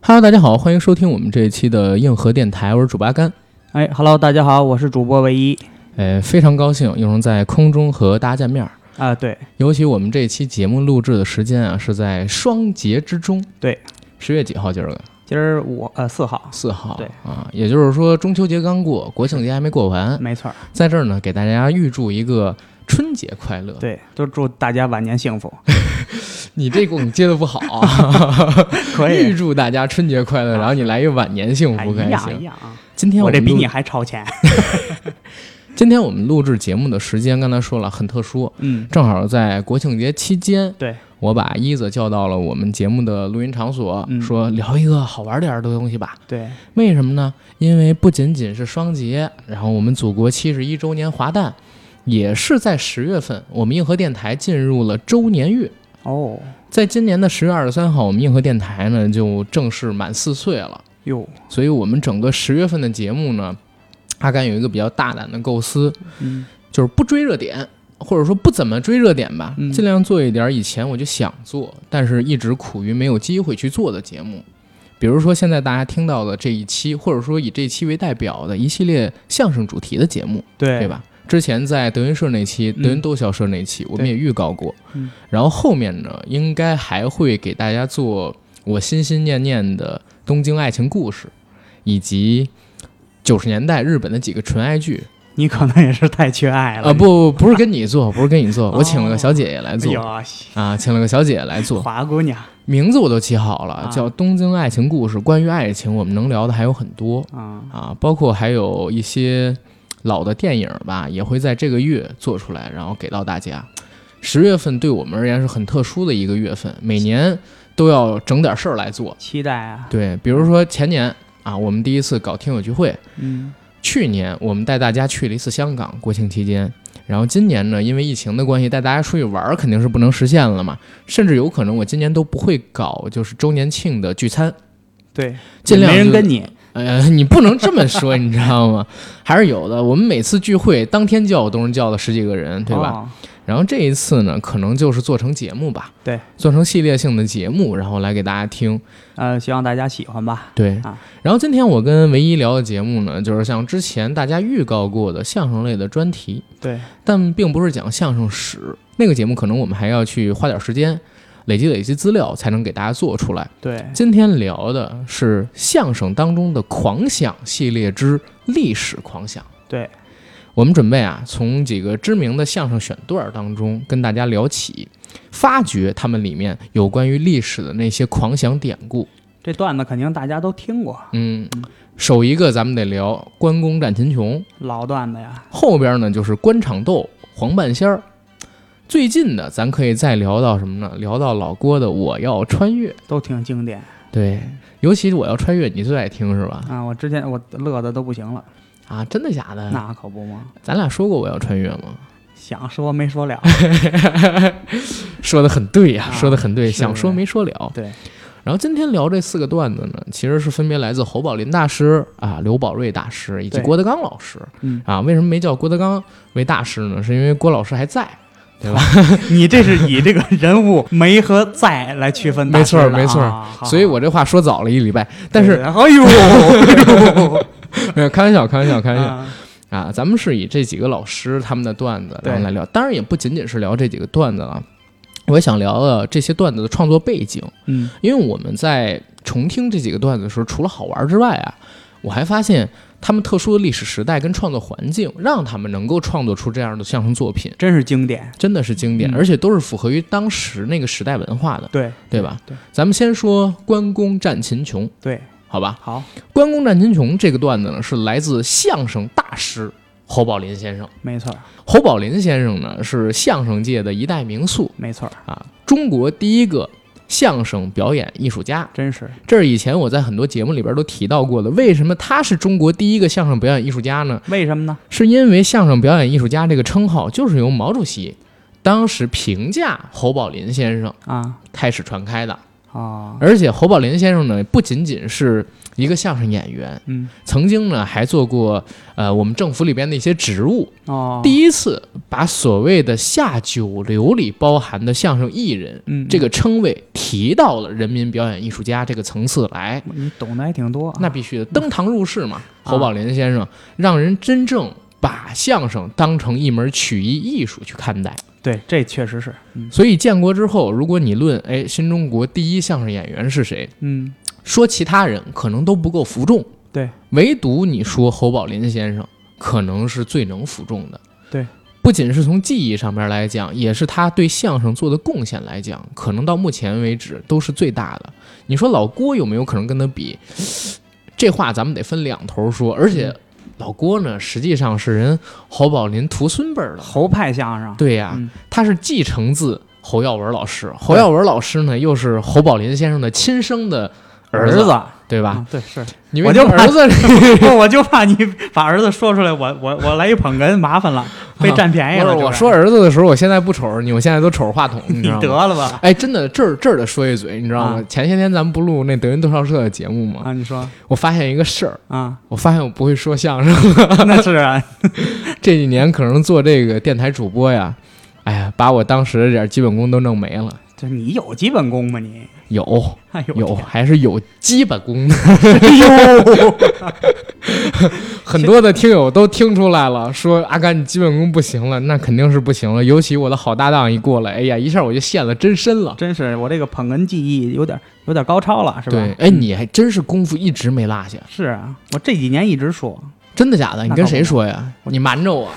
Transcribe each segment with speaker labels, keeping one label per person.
Speaker 1: Hello，大家好，欢迎收听我们这一期的硬核电台，我是主播阿甘。
Speaker 2: 哎，Hello，大家好，我是主播唯一
Speaker 1: 呃，非常高兴又能在空中和大家见面儿。
Speaker 2: 啊，对，
Speaker 1: 尤其我们这一期节目录制的时间啊，是在双节之中。
Speaker 2: 对，
Speaker 1: 十月几号？今儿个
Speaker 2: 今儿五呃四号，
Speaker 1: 四号。
Speaker 2: 对
Speaker 1: 啊，也就是说中秋节刚过，国庆节还没过完。
Speaker 2: 没错儿，
Speaker 1: 在这儿呢，给大家预祝一个春节快乐。
Speaker 2: 对，就祝大家晚年幸 福，
Speaker 1: 你这梗接的不好 啊！
Speaker 2: 可
Speaker 1: 预
Speaker 2: 以，
Speaker 1: 祝大家春节快乐，然后你来一个晚年幸
Speaker 2: 哎
Speaker 1: 福，可以
Speaker 2: 啊呀哎
Speaker 1: 行。
Speaker 2: 呀啊，
Speaker 1: 今天
Speaker 2: 我这
Speaker 1: 们
Speaker 2: 比
Speaker 1: 录
Speaker 2: 你还 超前，
Speaker 1: 今天我们录制节目的时间，刚才说了很特殊，
Speaker 2: 嗯，
Speaker 1: 正好在国庆节期间，
Speaker 2: 对
Speaker 1: 我把一子叫到了我们节目的录音场所，
Speaker 2: 嗯
Speaker 1: 说聊一个好玩点儿的东西吧。
Speaker 2: 对，
Speaker 1: 为什么呢？因为不仅仅是双节，然后我们祖国七十一周年华诞，也是在十月份，我们硬核电台进入了周年月。
Speaker 2: 哦，
Speaker 1: 在今年的十月二十三号，我们硬核电台呢就正式满四岁了，
Speaker 2: 哟，
Speaker 1: 所以我们整个十月份的节目呢，阿甘有一个比较大胆的构思，
Speaker 2: 嗯，
Speaker 1: 就是不追热点，或者说不怎么追热点吧，
Speaker 2: 嗯
Speaker 1: 尽量做一点以前我就想做，但是一直苦于没有机会去做的节目。比如说现在大家听到的这一期，或者说以这一期为代表的一系列相声主题的节目，
Speaker 2: 对，
Speaker 1: 对？吧？之前在德云社那期、
Speaker 2: 嗯
Speaker 1: 德云逗笑社那期，我们
Speaker 2: 对
Speaker 1: 也预告过
Speaker 2: 嗯。
Speaker 1: 然后后面呢，应该还会给大家做我心心念念的《东京爱情故事》，以及九十年代日本的几个纯爱剧。
Speaker 2: 你可能也是太缺爱了
Speaker 1: 啊，，不，不是跟你做，不是跟你做，
Speaker 2: 哦
Speaker 1: 我请了个小姐姐来
Speaker 2: 哎
Speaker 1: 做、
Speaker 2: 呦，
Speaker 1: 啊，请了个小姐姐来做，
Speaker 2: 华姑娘
Speaker 1: 名字我都起好了，
Speaker 2: 啊
Speaker 1: 叫《东京爱情故事》。关于爱情，我们能聊的还有很多
Speaker 2: 啊，
Speaker 1: 啊，包括还有一些老的电影吧，也会在这个月做出来，然后给到大家。十月份对我们而言是很特殊的一个月份，每年都要整点事儿来做。
Speaker 2: 期待啊，
Speaker 1: 对，比如说前年啊，我们第一次搞听友聚会，
Speaker 2: 嗯，
Speaker 1: 去年我们带大家去了一次香港，国庆期间。然后今年呢，因为疫情的关系，带大家出去玩儿肯定是不能实现了嘛，甚至有可能我今年都不会搞就是周年庆的聚餐，
Speaker 2: 对，
Speaker 1: 尽量
Speaker 2: 没人
Speaker 1: 就
Speaker 2: 跟你，
Speaker 1: 呃，你不能这么说，你知道吗？还是有的。我们每次聚会当天叫都能叫了十几个人，对吧？
Speaker 2: 哦？
Speaker 1: 然后这一次呢，可能就是做成节目吧，
Speaker 2: 对，
Speaker 1: 做成系列性的节目，然后来给大家听。
Speaker 2: 呃，希望大家喜欢吧，
Speaker 1: 对
Speaker 2: 啊，
Speaker 1: 然后今天我跟唯一聊的节目呢，就是像之前大家预告过的相声类的专题。
Speaker 2: 对，
Speaker 1: 但并不是讲相声史那个节目，可能我们还要去花点时间，累积累积资料，才能给大家做出来。
Speaker 2: 对，
Speaker 1: 今天聊的是相声当中的狂想系列之历史狂想。
Speaker 2: 对，
Speaker 1: 我们准备啊，从几个知名的相声选段儿当中跟大家聊起，发掘他们里面有关于历史的那些狂想典故。
Speaker 2: 这段子肯定大家都听过，
Speaker 1: 嗯，首一个咱们得聊关公战秦琼。
Speaker 2: 老段子呀，
Speaker 1: 后边呢就是官场斗、黄半仙儿。最近的咱可以再聊到什么呢？聊到老郭的《我要穿越》。
Speaker 2: 都挺经典。
Speaker 1: 对，尤其《我要穿越》，你最爱听是吧？
Speaker 2: 啊，我之前我乐的都不行了，
Speaker 1: 啊，真的假的？
Speaker 2: 那可不嘛，
Speaker 1: 咱俩说过《我要穿越》吗？
Speaker 2: 想说没说了。
Speaker 1: 说的很对呀、
Speaker 2: 啊
Speaker 1: 说的很对，
Speaker 2: 是
Speaker 1: 想说没说了。
Speaker 2: 对，
Speaker 1: 然后今天聊这四个段子呢，其实是分别来自侯宝林大师啊、刘宝瑞大师以及
Speaker 2: 对
Speaker 1: 郭德纲老师
Speaker 2: 嗯，
Speaker 1: 啊。为什么没叫郭德纲为大师呢？是因为郭老师还在。
Speaker 2: 你这是以这个人物没和在来区分大
Speaker 1: 没错
Speaker 2: 师的
Speaker 1: 没错
Speaker 2: 啊好
Speaker 1: 所以我这话说早了一礼拜，但
Speaker 2: 对
Speaker 1: 是
Speaker 2: 哎 呦，
Speaker 1: 没有开玩笑，开玩笑，开玩笑。
Speaker 2: 啊
Speaker 1: 啊，咱们是以这几个老师他们的段子然后
Speaker 2: 对
Speaker 1: 来聊，当然也不仅仅是聊这几个段子了，我也想聊聊这些段子的创作背景，
Speaker 2: 嗯，
Speaker 1: 因为我们在重听这几个段子的时候，除了好玩之外啊，我还发现他们特殊的历史时代跟创作环境，让他们能够创作出这样的相声作品，
Speaker 2: 真是经典。
Speaker 1: 真的是经典，
Speaker 2: 嗯
Speaker 1: 而且都是符合于当时那个时代文化的，
Speaker 2: 对
Speaker 1: 对吧？
Speaker 2: 对
Speaker 1: 咱们先说关公战秦琼，
Speaker 2: 对，
Speaker 1: 好吧？
Speaker 2: 好，
Speaker 1: 关公战秦琼这个段子呢，是来自相声大师侯宝林先生。
Speaker 2: 没错
Speaker 1: 侯宝林先生呢是相声界的一代名宿
Speaker 2: 没错，
Speaker 1: 啊，中国第一个相声表演艺术家。
Speaker 2: 真是
Speaker 1: 这是以前我在很多节目里边都提到过的。为什么他是中国第一个相声表演艺术家呢？
Speaker 2: 为什么呢？
Speaker 1: 是因为相声表演艺术家这个称号就是由毛主席当时评价侯宝林先生
Speaker 2: 啊
Speaker 1: 开始传开的。
Speaker 2: 啊、啊，
Speaker 1: 而且侯宝林先生呢，不仅仅是一个相声演员，
Speaker 2: 嗯，
Speaker 1: 曾经呢还做过呃我们政府里边的一些职务。
Speaker 2: 哦，
Speaker 1: 第一次把所谓的下九流里包含的相声艺人
Speaker 2: 嗯，
Speaker 1: 这个称谓提到了人民表演艺术家这个层次来，
Speaker 2: 你懂得还挺多啊，
Speaker 1: 那必须的登堂入室嘛。
Speaker 2: 啊
Speaker 1: 侯宝林先生让人真正把相声当成一门曲艺艺术去看待。
Speaker 2: 对，这确实是，嗯
Speaker 1: 所以建国之后，如果你论哎新中国第一相声演员是谁，
Speaker 2: 嗯，
Speaker 1: 说其他人可能都不够服众，
Speaker 2: 对，
Speaker 1: 唯独你说侯宝林先生可能是最能服众的，
Speaker 2: 对，
Speaker 1: 不仅是从技艺上面来讲，也是他对相声做的贡献来讲，可能到目前为止都是最大的。你说老郭有没有可能跟他比？这话咱们得分两头说，而且
Speaker 2: 嗯
Speaker 1: 老郭呢，实际上是人侯宝林徒孙辈儿的，
Speaker 2: 侯派相声，
Speaker 1: 对呀、
Speaker 2: 嗯
Speaker 1: 他是继承自侯耀文老师，侯耀文老师呢又是侯宝林先生的亲生的儿啊
Speaker 2: 子，
Speaker 1: 对吧？
Speaker 2: 嗯对，是，
Speaker 1: 你
Speaker 2: 我
Speaker 1: 为
Speaker 2: 就怕
Speaker 1: 儿 子
Speaker 2: 不，我就怕你把儿子说出来，我我我来一捧哏，麻烦了，被占便宜
Speaker 1: 不
Speaker 2: 了。
Speaker 1: 是
Speaker 2: 哎就
Speaker 1: 我说儿子的时候，我现在不瞅着你，我现在都瞅着话筒，你
Speaker 2: 你
Speaker 1: 知道吗？
Speaker 2: 得了吧
Speaker 1: 哎，真的，这儿这儿得说一嘴，你知道吗？
Speaker 2: 啊
Speaker 1: 前些天咱们不录那德云逗笑社的节目吗？
Speaker 2: 啊，你说
Speaker 1: 我发现一个事儿，
Speaker 2: 啊，
Speaker 1: 我发现我不会说相声，
Speaker 2: 那是啊，
Speaker 1: 这几年可能做这个电台主播呀，哎呀，把我当时的点基本功都弄没了。
Speaker 2: 就你有基本功吗你？
Speaker 1: 有
Speaker 2: 哎呦，
Speaker 1: 有，还是有基本功 的。
Speaker 2: 哎呦，
Speaker 1: 很多的听友都听出来了，说阿甘你基本功不行了，那肯定是不行了。尤其我的好搭档一过来，哎呀，一下我就陷了真深了。
Speaker 2: 真是我这个捧哏技艺有点有点高超了，是吧？
Speaker 1: 对，哎，你还真是功夫一直没落下，
Speaker 2: 是啊，我这几年一直说，
Speaker 1: 真的假的？你
Speaker 2: 那
Speaker 1: 跟
Speaker 2: 倒
Speaker 1: 谁
Speaker 2: 不
Speaker 1: 说呀？你瞒着我，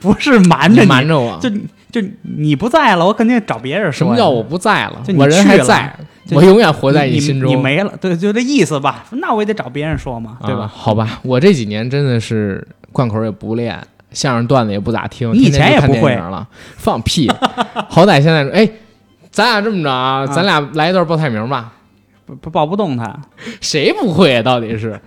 Speaker 2: 不是瞒着
Speaker 1: 你
Speaker 2: 你，
Speaker 1: 瞒着我。
Speaker 2: 就就你不在了，我肯定找别人
Speaker 1: 什
Speaker 2: 说呀。
Speaker 1: 么叫我不在了
Speaker 2: 就？你
Speaker 1: 我人
Speaker 2: 去
Speaker 1: 还
Speaker 2: 了
Speaker 1: 在，
Speaker 2: 就
Speaker 1: 我永远活在
Speaker 2: 你
Speaker 1: 心
Speaker 2: 你？你
Speaker 1: 中，
Speaker 2: 没了，对，就这意思吧？那我也得找别人说嘛，对
Speaker 1: 啊
Speaker 2: 吧？
Speaker 1: 好吧，我这几年真的是贯口也不练，相声段子也不咋听，
Speaker 2: 你以
Speaker 1: 天天就
Speaker 2: 前也
Speaker 1: 看
Speaker 2: 不
Speaker 1: 电
Speaker 2: 会
Speaker 1: 影了，放屁！好歹现在哎，咱俩这么着啊，咱俩来一段报菜名吧。
Speaker 2: 不不抱不动他，
Speaker 1: 谁不会啊？到底是？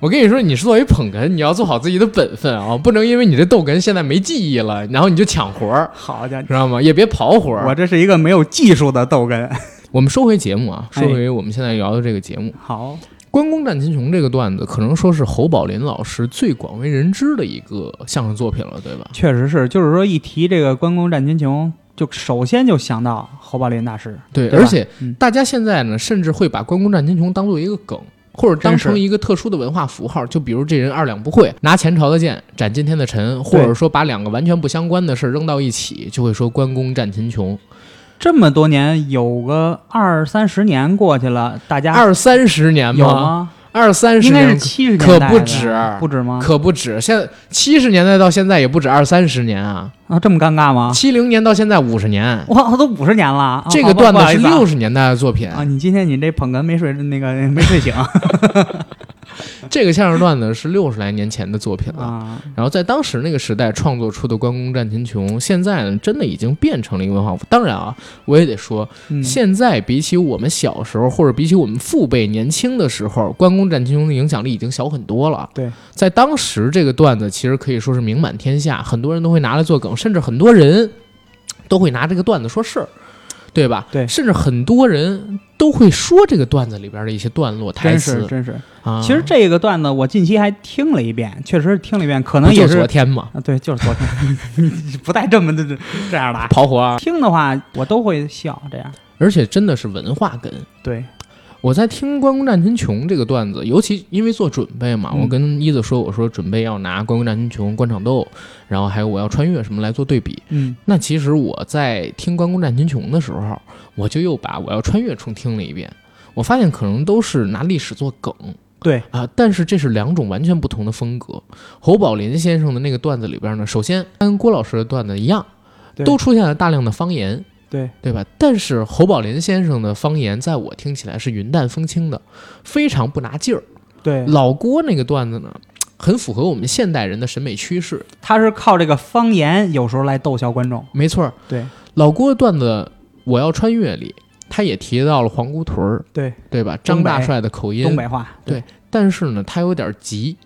Speaker 1: 我跟你说，你是作为捧哏，你要做好自己的本分啊，不能因为你这逗哏现在没记忆了，然后你就抢活儿，
Speaker 2: 好家伙！
Speaker 1: 知道吗？也别跑活儿。
Speaker 2: 我这是一个没有技术的逗哏。
Speaker 1: 我们说回节目啊，
Speaker 2: 哎
Speaker 1: 说回我们现在聊的这个节目，
Speaker 2: 好，
Speaker 1: 关公战秦琼》这个段子，可能说是侯宝林老师最广为人知的一个相声作品了，对吧？
Speaker 2: 确实是，就是说一提这个关公战秦琼，就首先就想到侯宝林大师。
Speaker 1: 对，
Speaker 2: 对吧
Speaker 1: 而且
Speaker 2: 嗯
Speaker 1: 大家现在呢，甚至会把关公战秦琼当做一个梗。或者当
Speaker 2: 真是
Speaker 1: 成一个特殊的文化符号，就比如这人二两不会，拿前朝的剑斩今天的臣，或者说把两个完全不相关的事儿扔到一起，就会说关公战秦琼。
Speaker 2: 这么多年，有个二三十年过去了，大家
Speaker 1: 二三十年
Speaker 2: 有？吗？
Speaker 1: 二三十
Speaker 2: 应该是
Speaker 1: 年
Speaker 2: 七十年
Speaker 1: 可
Speaker 2: 代
Speaker 1: 不
Speaker 2: 的
Speaker 1: 止
Speaker 2: 不止吗？
Speaker 1: 可不止，现在七十年代到现在也不止二三十年啊，
Speaker 2: 啊，这么尴尬吗？
Speaker 1: 七零年到现在五十年，
Speaker 2: 哇，都五十年了，啊
Speaker 1: 这
Speaker 2: 好
Speaker 1: 个
Speaker 2: 吧
Speaker 1: 段
Speaker 2: 不好
Speaker 1: 子
Speaker 2: 意
Speaker 1: 是
Speaker 2: 思啊
Speaker 1: 六十年代的作品，
Speaker 2: 啊！你今天你这捧哏没睡那个没 睡醒
Speaker 1: 这个相声段子是六十来年前的作品了。
Speaker 2: 啊？
Speaker 1: 然后在当时那个时代创作出的《关公战秦琼》，现在呢真的已经变成了一个文化。当然啊，我也得说，
Speaker 2: 嗯，
Speaker 1: 现在比起我们小时候，或者比起我们父辈年轻的时候，《关公战秦琼》的影响力已经小很多了。
Speaker 2: 对，
Speaker 1: 在当时这个段子其实可以说是名满天下，很多人都会拿来做梗，甚至很多人都会拿这个段子说事儿，对吧？
Speaker 2: 对
Speaker 1: 甚至很多人都会说这个段子里边的一些段落台
Speaker 2: 真是
Speaker 1: 词
Speaker 2: 真是。
Speaker 1: 啊。
Speaker 2: 其实这个段子我近期还听了一遍，确实是听了一遍，可
Speaker 1: 不
Speaker 2: 能也
Speaker 1: 就是昨天嘛，
Speaker 2: 啊，对， 就是昨天，你不带这么的 这这样 的啊。
Speaker 1: 跑火啊，
Speaker 2: 听的话，我都会笑，这样
Speaker 1: 而且真的是文化根。
Speaker 2: 对，
Speaker 1: 我在听《关公战秦琼》这个段子，尤其因为做准备嘛，
Speaker 2: 嗯
Speaker 1: 我跟一子说，我说准备要拿《关公战秦琼》《官场斗》，然后还有我要穿越什么来做对比。
Speaker 2: 嗯，
Speaker 1: 那其实我在听《关公战秦琼》的时候，我就又把我要穿越重听了一遍。我发现可能都是拿历史做梗
Speaker 2: 对，
Speaker 1: 啊，但是这是两种完全不同的风格。侯宝林先生的那个段子里边呢，首先跟郭老师的段子一样，
Speaker 2: 对
Speaker 1: 都出现了大量的方言，
Speaker 2: 对，
Speaker 1: 对吧？但是侯宝林先生的方言，在我听起来是云淡风轻的，非常不拿劲儿。
Speaker 2: 对，
Speaker 1: 老郭那个段子呢，很符合我们现代人的审美趋势。
Speaker 2: 他是靠这个方言有时候来逗笑观众，
Speaker 1: 没错儿，
Speaker 2: 对，
Speaker 1: 老郭的段子《我要穿越》里，他也提到了皇姑屯儿，
Speaker 2: 对，
Speaker 1: 对吧？
Speaker 2: 东
Speaker 1: 张
Speaker 2: 北
Speaker 1: 大帅的口
Speaker 2: 东
Speaker 1: 音，
Speaker 2: 北话，
Speaker 1: 对但是呢，他有点急，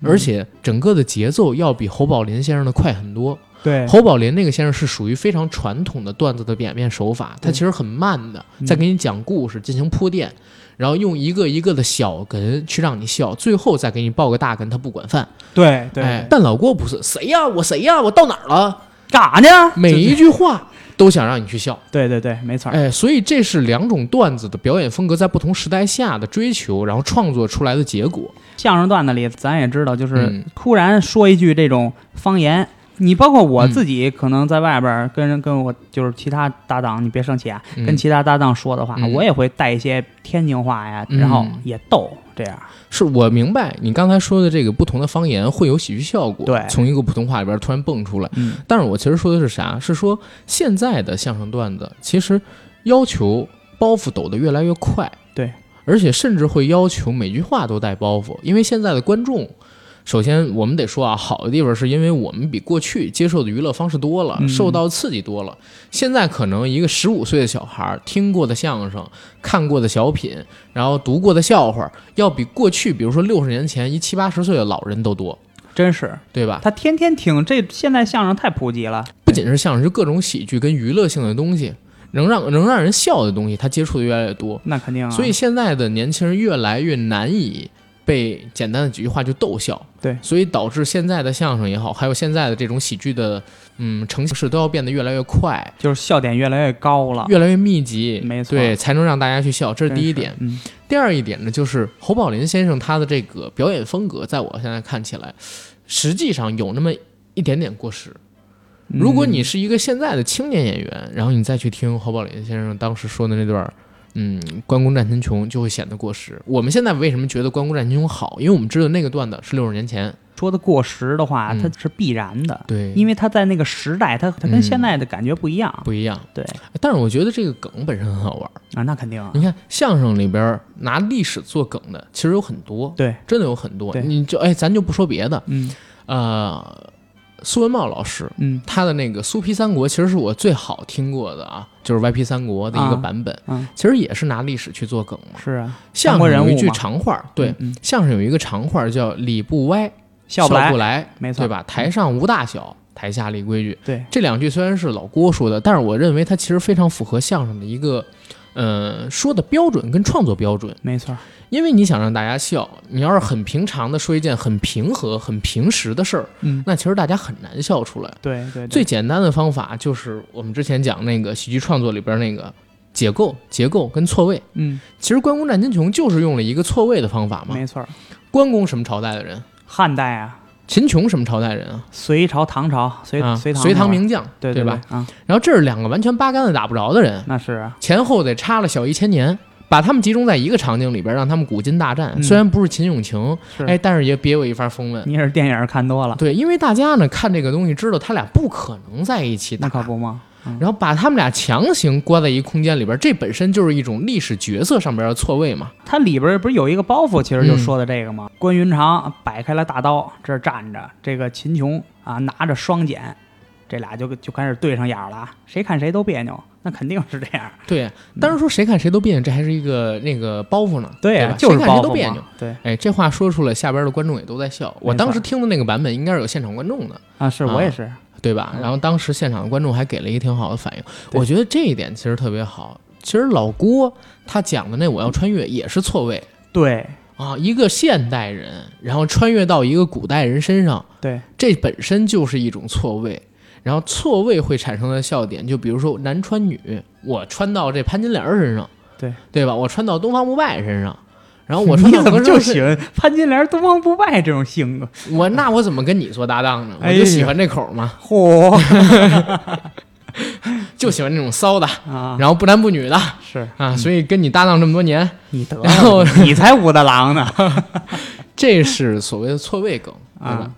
Speaker 2: 嗯
Speaker 1: 而且整个的节奏要比侯宝林先生的快很多。
Speaker 2: 对，
Speaker 1: 侯宝林那个先生是属于非常传统的段子的演变手法，他
Speaker 2: 对
Speaker 1: 其实很慢的，
Speaker 2: 嗯
Speaker 1: 在给你讲故事，进行铺垫，然后用一个一个的小哏去让你笑，最后再给你爆个大哏，他不管饭。
Speaker 2: 对对，
Speaker 1: 哎，但老郭不是谁呀，我谁呀，我到哪儿了？
Speaker 2: 干啥呢？
Speaker 1: 每一句话都想让你去笑。
Speaker 2: 对对对，没错儿，
Speaker 1: 哎，所以这是两种段子的表演风格在不同时代下的追求，然后创作出来的结果。
Speaker 2: 相声段子里咱也知道，就是
Speaker 1: 嗯
Speaker 2: 突然说一句这种方言。你包括
Speaker 1: 嗯
Speaker 2: 我自己，可能在外边儿跟人跟我就是其他搭档，你别生气啊，
Speaker 1: 嗯
Speaker 2: 跟其他搭档说的话，
Speaker 1: 嗯
Speaker 2: 我也会带一些天津话呀，
Speaker 1: 嗯
Speaker 2: 然后也逗这样。
Speaker 1: 是我明白你刚才说的这个不同的方言会有喜剧效果，
Speaker 2: 对
Speaker 1: 从一个普通话里边突然蹦出来。
Speaker 2: 嗯，
Speaker 1: 但是我其实说的是啥？是说现在的相声段子其实要求包袱抖得越来越快，
Speaker 2: 对，
Speaker 1: 而且甚至会要求每句话都带包袱，因为现在的观众。首先，我们得说啊，好的地方是因为我们比过去接受的娱乐方式多了，
Speaker 2: 嗯
Speaker 1: 受到刺激多了。现在可能一个十五岁的小孩儿听过的相声、看过的小品，然后读过的笑话，要比过去，比如说六十年前一七八十岁的老人都多，
Speaker 2: 真是
Speaker 1: 对吧？
Speaker 2: 他天天听这，现在相声太普及了。
Speaker 1: 不仅是相声，就各种喜剧跟娱乐性的东西，能让能让人笑的东西，他接触的越来越多。
Speaker 2: 那肯定啊，
Speaker 1: 所以现在的年轻人越来越难以被简单的几句话就逗笑。
Speaker 2: 对
Speaker 1: 所以导致现在的相声也好，还有现在的这种喜剧的嗯呈现式都要变得越来越快，
Speaker 2: 就是笑点越来越高了。
Speaker 1: 越来越密集。
Speaker 2: 啊没错
Speaker 1: 对，才能让大家去笑，这是
Speaker 2: 真
Speaker 1: 第一点。，
Speaker 2: 嗯，
Speaker 1: 第二一点呢，就是侯宝林先生他的这个表演风格，在我现在看起来，实际上有那么一点点过时。如果你是一个现在的青年演员，然后你再去听侯宝林先生当时说的那段儿，嗯，关公战秦琼就会显得过时。我们现在为什么觉得关公战秦琼好？因为我们知道那个段子是六十年前，
Speaker 2: 说的过时的话，
Speaker 1: 嗯
Speaker 2: 它是必然的，
Speaker 1: 对
Speaker 2: 因为它在那个时代，它它跟现在的感觉不一样。
Speaker 1: 不一样。
Speaker 2: 对
Speaker 1: 但是我觉得这个梗本身很好玩儿。
Speaker 2: 啊，那肯定啊，
Speaker 1: 你看相声里边儿拿历史做梗的，其实有很多，
Speaker 2: 对，
Speaker 1: 真的有很多。
Speaker 2: 对
Speaker 1: 你就哎，咱就不说别的，
Speaker 2: 嗯
Speaker 1: 呃，苏文茂老师。
Speaker 2: 嗯
Speaker 1: 他的那个《苏批三国》其实是我最好听过的啊，就是 YP 三国的一个
Speaker 2: 啊
Speaker 1: 版本，
Speaker 2: 嗯，
Speaker 1: 其实也是拿历史去做梗嘛。
Speaker 2: 是啊，
Speaker 1: 相
Speaker 2: 中国
Speaker 1: 声
Speaker 2: 人
Speaker 1: 有一
Speaker 2: 物
Speaker 1: 句
Speaker 2: 嘛
Speaker 1: 长话儿，对，
Speaker 2: 嗯，嗯
Speaker 1: 相声有一个长话儿叫“理不歪，
Speaker 2: 笑
Speaker 1: 不
Speaker 2: 不来，没错，
Speaker 1: 对？吧？台上无大小，台下立规矩。
Speaker 2: 对，
Speaker 1: 这两句虽然是老郭说的，但是我认为它其实非常符合相声的一个，呃，说的标准跟创作标准。
Speaker 2: 没错，
Speaker 1: 因为你想让大家笑，你要是很平常的说一件很平和、很平时的事儿，
Speaker 2: 嗯，
Speaker 1: 那其实大家很难笑出来。
Speaker 2: 对对，对
Speaker 1: 最简单的方法就是我们之前讲那个喜剧创作里边那个解构、结构跟错位。
Speaker 2: 嗯，
Speaker 1: 其实关公战秦琼就是用了一个错位的方法嘛。
Speaker 2: 没错，
Speaker 1: 关公什么朝代的人？
Speaker 2: 汉代啊，
Speaker 1: 秦琼什么朝代人啊？
Speaker 2: 隋朝、唐朝、隋
Speaker 1: 啊，
Speaker 2: 隋唐、
Speaker 1: 隋唐，名将，
Speaker 2: 对对
Speaker 1: 吧？？
Speaker 2: 啊，
Speaker 1: 然后这是两个完全八竿子打不着的人，
Speaker 2: 那是啊，
Speaker 1: 前后得差了小一千年。把他们集中在一个场景里边，让他们古今大战。
Speaker 2: 嗯
Speaker 1: 虽然不是秦俑情，
Speaker 2: 是嗯
Speaker 1: 哎，但是也别有一番风味。
Speaker 2: 你也是电影看多了，
Speaker 1: 对，因为大家呢看这个东西，知道他俩不可能在一起打
Speaker 2: 那，可不嘛，
Speaker 1: 然后把他们俩强行关在一个空间里边，这本身就是一种历史角色上边的错位嘛。
Speaker 2: 它里边儿不是有一个包袱，其实就说的这个吗？关云长摆开了大刀，这儿站着，这个秦琼啊拿着双锏，这俩就就开始对上眼儿了，啊谁看谁都别扭，那肯定是这样。
Speaker 1: 对，当然说谁看谁都别扭，这还是一个那个包袱呢，
Speaker 2: 呀、
Speaker 1: 吧？
Speaker 2: 啊就是
Speaker 1: 谁看
Speaker 2: 包
Speaker 1: 谁
Speaker 2: 袱
Speaker 1: 都别
Speaker 2: 嘛啊
Speaker 1: 扭。。
Speaker 2: 对
Speaker 1: 哎，这话说出来，下边的观众也都在笑。我
Speaker 2: 没错
Speaker 1: 当时听的那个版本应该是有现场观众的，
Speaker 2: 啊，是
Speaker 1: 啊
Speaker 2: 我也是，
Speaker 1: 对吧？
Speaker 2: 嗯
Speaker 1: 然后当时现场的观众还给了一个挺好的反应，
Speaker 2: 对
Speaker 1: 我觉得这一点其实特别好。其实老郭他讲的那我要穿越也是错位
Speaker 2: 对
Speaker 1: 啊，一个现代人，然后穿越到一个古代人身上，
Speaker 2: 对
Speaker 1: 这本身就是一种错位，然后错位会产生的笑点，就比如说男穿女，我穿到这潘金莲儿身上，
Speaker 2: 对
Speaker 1: 对吧？我穿到东方不败身上，然后我穿
Speaker 2: 你
Speaker 1: 到
Speaker 2: 怎么
Speaker 1: 何
Speaker 2: 就
Speaker 1: 寿身
Speaker 2: 喜欢潘金莲、东方不败这种性格？
Speaker 1: 我那我怎么跟你做搭档呢？我
Speaker 2: 哎呀
Speaker 1: 就喜欢这口嘛，
Speaker 2: 嚯、
Speaker 1: 就喜欢这种骚的，
Speaker 2: 啊，嗯
Speaker 1: 然后不男不女的
Speaker 2: 是
Speaker 1: 啊，所以跟你搭档这么多年，
Speaker 2: 你得了
Speaker 1: 然后
Speaker 2: 你才武大郎呢。
Speaker 1: 这是所谓的错位梗， 对吧？
Speaker 2: 啊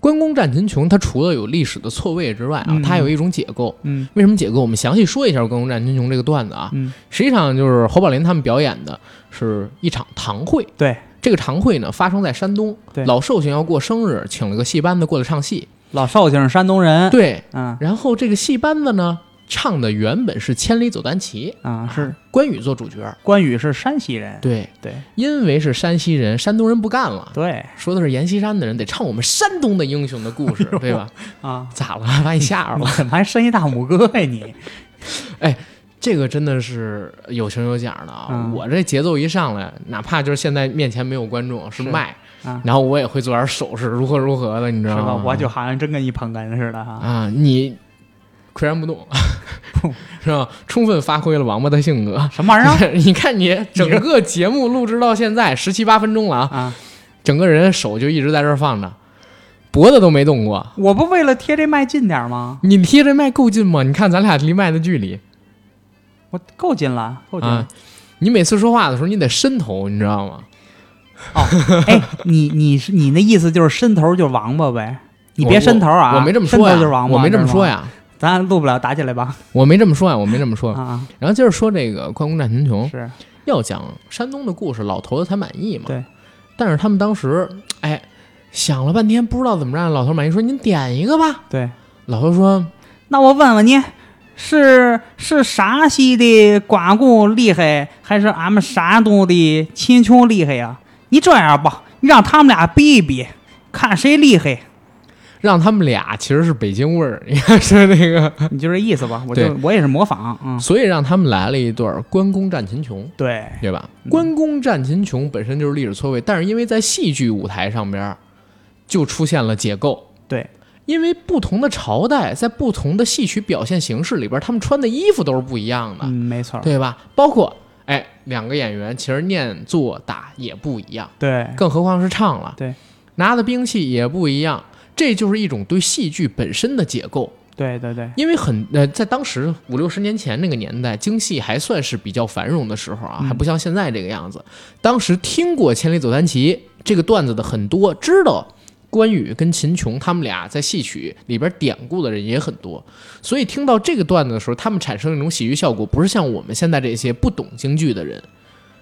Speaker 1: 关公战秦琼，它除了有历史的错位之外啊，
Speaker 2: 嗯
Speaker 1: 它还有一种解构。
Speaker 2: 嗯
Speaker 1: 为什么解构？我们详细说一下关公战秦琼这个段子啊。
Speaker 2: 嗯，
Speaker 1: 实际上就是侯宝林他们表演的是一场堂会，
Speaker 2: 对，
Speaker 1: 这个堂会呢发生在山东
Speaker 2: 对，
Speaker 1: 老寿星要过生日，请了个戏班子过来唱戏，
Speaker 2: 老寿星是山东人，
Speaker 1: 对，
Speaker 2: 嗯
Speaker 1: 然后这个戏班子呢唱的原本是《千里走单骑
Speaker 2: 啊，》，是
Speaker 1: 关羽做主角。
Speaker 2: 关羽是山西人，
Speaker 1: 对，
Speaker 2: 对
Speaker 1: 因为是山西人，山东人不干了，
Speaker 2: 对
Speaker 1: 说的是阎锡山的人得唱我们山东的英雄的故 事，对吧？
Speaker 2: 啊，
Speaker 1: 咋了？把你吓着
Speaker 2: 你
Speaker 1: 了？
Speaker 2: 怎么啊还伸一大拇哥 呀你？
Speaker 1: 这个真的是有情有奖的啊！
Speaker 2: 嗯
Speaker 1: 我这节奏一上来，哪怕就是现在面前没有观众是
Speaker 2: 是
Speaker 1: 麦，
Speaker 2: 啊
Speaker 1: 然后我也会做点手势，如何如何的，你知
Speaker 2: 是
Speaker 1: 道
Speaker 2: 吧？
Speaker 1: 吗？
Speaker 2: 我就好像真跟一捧哏似的哈。
Speaker 1: 啊，你岿然不动， 是吧？充分发挥了王八的性格。
Speaker 2: 什么玩意 儿
Speaker 1: 你看你整个节目录制到现在十七八分钟了啊，
Speaker 2: 啊？
Speaker 1: 整个人手就一直在这儿放着，脖子都没动过。
Speaker 2: 我不为了贴这麦近点儿吗？
Speaker 1: 你贴这麦够近吗？你看咱俩离麦的距离
Speaker 2: 我够近了，够近了
Speaker 1: 啊。你每次说话的时候，你得伸头，你知道吗？
Speaker 2: 哎，你你是你那意思就是伸头就王八呗？你别
Speaker 1: 我
Speaker 2: 伸头啊！
Speaker 1: 我没这么说
Speaker 2: 伸
Speaker 1: 呀
Speaker 2: 头就是王，八，
Speaker 1: 我没这么说
Speaker 2: 知道吗。
Speaker 1: 呀，
Speaker 2: 咱录不了，打起来吧！
Speaker 1: 我没这么说呀，我没这么说。
Speaker 2: 啊，
Speaker 1: 然后接着说这个关公战秦琼，
Speaker 2: 是
Speaker 1: 要讲山东的故事，老头子才满意嘛。
Speaker 2: 对。
Speaker 1: 但是他们当时，哎，想了半天，不知道怎么让老头满意，说您点一个吧。
Speaker 2: 对。
Speaker 1: 老头说
Speaker 2: 那我问问你，是是陕西的关公厉害，还是俺们山东的秦琼厉害呀？你这样吧，你让他们俩比一比，看谁厉害。
Speaker 1: 让他们俩其实是北京味儿，你看是那个，
Speaker 2: 你就这意思吧，我
Speaker 1: 对
Speaker 2: 就我也是模仿，嗯，
Speaker 1: 所以让他们来了一段儿关公战秦琼。
Speaker 2: 对，
Speaker 1: 对吧？
Speaker 2: 嗯
Speaker 1: 关公战秦琼本身就是历史错位，但是因为在戏剧舞台上边儿就出现了解构。
Speaker 2: 对，
Speaker 1: 因为不同的朝代在不同的戏曲表现形式里边儿，他们穿的衣服都是不一样的，
Speaker 2: 嗯，没错，
Speaker 1: 对吧？包括哎，两个演员其实念、做、打也不一样，
Speaker 2: 对，
Speaker 1: 更何况是唱了。
Speaker 2: 对，
Speaker 1: 拿的兵器也不一样，这就是一种对戏剧本身的解构。
Speaker 2: 对对对，
Speaker 1: 因为很呃，在当时五六十年前那个年代，京戏还算是比较繁荣的时候啊，
Speaker 2: 嗯
Speaker 1: 还不像现在这个样子。当时听过《千里走单骑》这个段子的很多，知道关羽跟秦琼他们俩在戏曲里边典故的人也很多，所以听到这个段子的时候，他们产生的那种喜剧效果，不是像我们现在这些不懂京剧的人，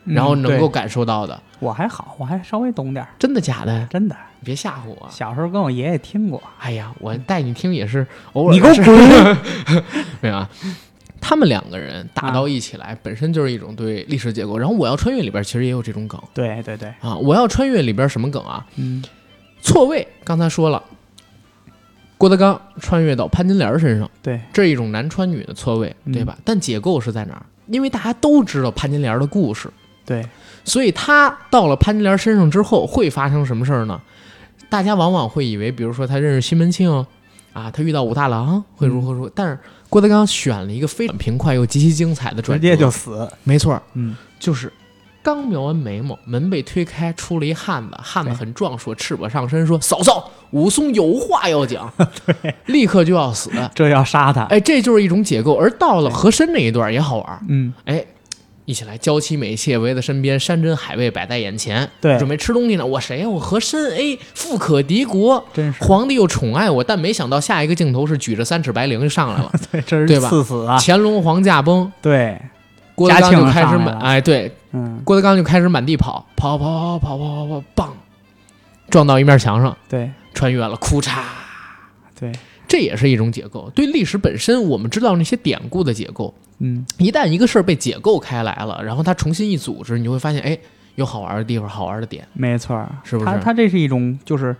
Speaker 2: 嗯
Speaker 1: 然后能够
Speaker 2: 对
Speaker 1: 感受到的。
Speaker 2: 我还好，我还稍微懂点儿，
Speaker 1: 真的假的？
Speaker 2: 真的，
Speaker 1: 你别吓唬我！
Speaker 2: 小时候跟我爷爷听过，
Speaker 1: 哎呀，我带你听也是偶尔。
Speaker 2: 你给我
Speaker 1: 滚！ 没有啊，他们两个人打到一起来，本身就是一种对历史解构。然后《我要穿越》里边其实也有这种梗
Speaker 2: 对对对，
Speaker 1: 啊，《我要穿越》里边什么梗啊？
Speaker 2: 嗯，
Speaker 1: 错位，刚才说了，郭德纲穿越到潘金莲身上，
Speaker 2: 对，
Speaker 1: 这是一种男穿女的错位，
Speaker 2: 嗯
Speaker 1: 对吧？但解构是在哪儿？因为大家都知道潘金莲的故事，
Speaker 2: 对，
Speaker 1: 所以他到了潘金莲身上之后，会发生什么事儿呢？大家往往会以为，比如说他认识西门庆啊，他遇到武大郎会如何如
Speaker 2: 嗯
Speaker 1: 何，但是郭德纲选了一个非常平快又极其精彩的转
Speaker 2: 直
Speaker 1: 折，
Speaker 2: 接就死，
Speaker 1: 没错儿，
Speaker 2: 嗯，
Speaker 1: 就是刚描完眉毛，门被推开，出了一汉子，汉子
Speaker 2: 对
Speaker 1: 很壮硕，赤膊上身说：“嫂嫂，武松有话要 讲。”对，立刻就要死。
Speaker 2: 这要杀他，
Speaker 1: 哎，这就是一种解构。而到了和珅那一段也好玩儿，
Speaker 2: 嗯，
Speaker 1: 哎，一起来，娇妻美妾围在身边，山珍海味摆在眼前。
Speaker 2: 对
Speaker 1: 准备吃东西呢，我谁呀？我和珅，哎，富可敌国，
Speaker 2: 真是，
Speaker 1: 皇帝又宠爱我，但没想到下一个镜头是举着三尺白绫就上来了，
Speaker 2: 对，这
Speaker 1: 对
Speaker 2: 是
Speaker 1: 吧
Speaker 2: 赐死啊，
Speaker 1: 乾隆皇驾崩，
Speaker 2: 对，
Speaker 1: 郭德纲
Speaker 2: 嘉庆
Speaker 1: 就开始
Speaker 2: 上来
Speaker 1: 满，
Speaker 2: 了
Speaker 1: 哎，对，
Speaker 2: 嗯，
Speaker 1: 郭德纲就开始满地跑，跑跑跑跑跑跑跑，棒，撞到一面墙上，
Speaker 2: 对
Speaker 1: 穿越了，哭嚓。
Speaker 2: 对，
Speaker 1: 这也是一种解构，对历史本身，我们知道那些典故的解构，
Speaker 2: 嗯，
Speaker 1: 一旦一个事儿被解构开来了，然后它重新一组织，你就会发现，哎，有好玩的地方，好玩的点。
Speaker 2: 没错儿，
Speaker 1: 是不是
Speaker 2: 他他这是一种就是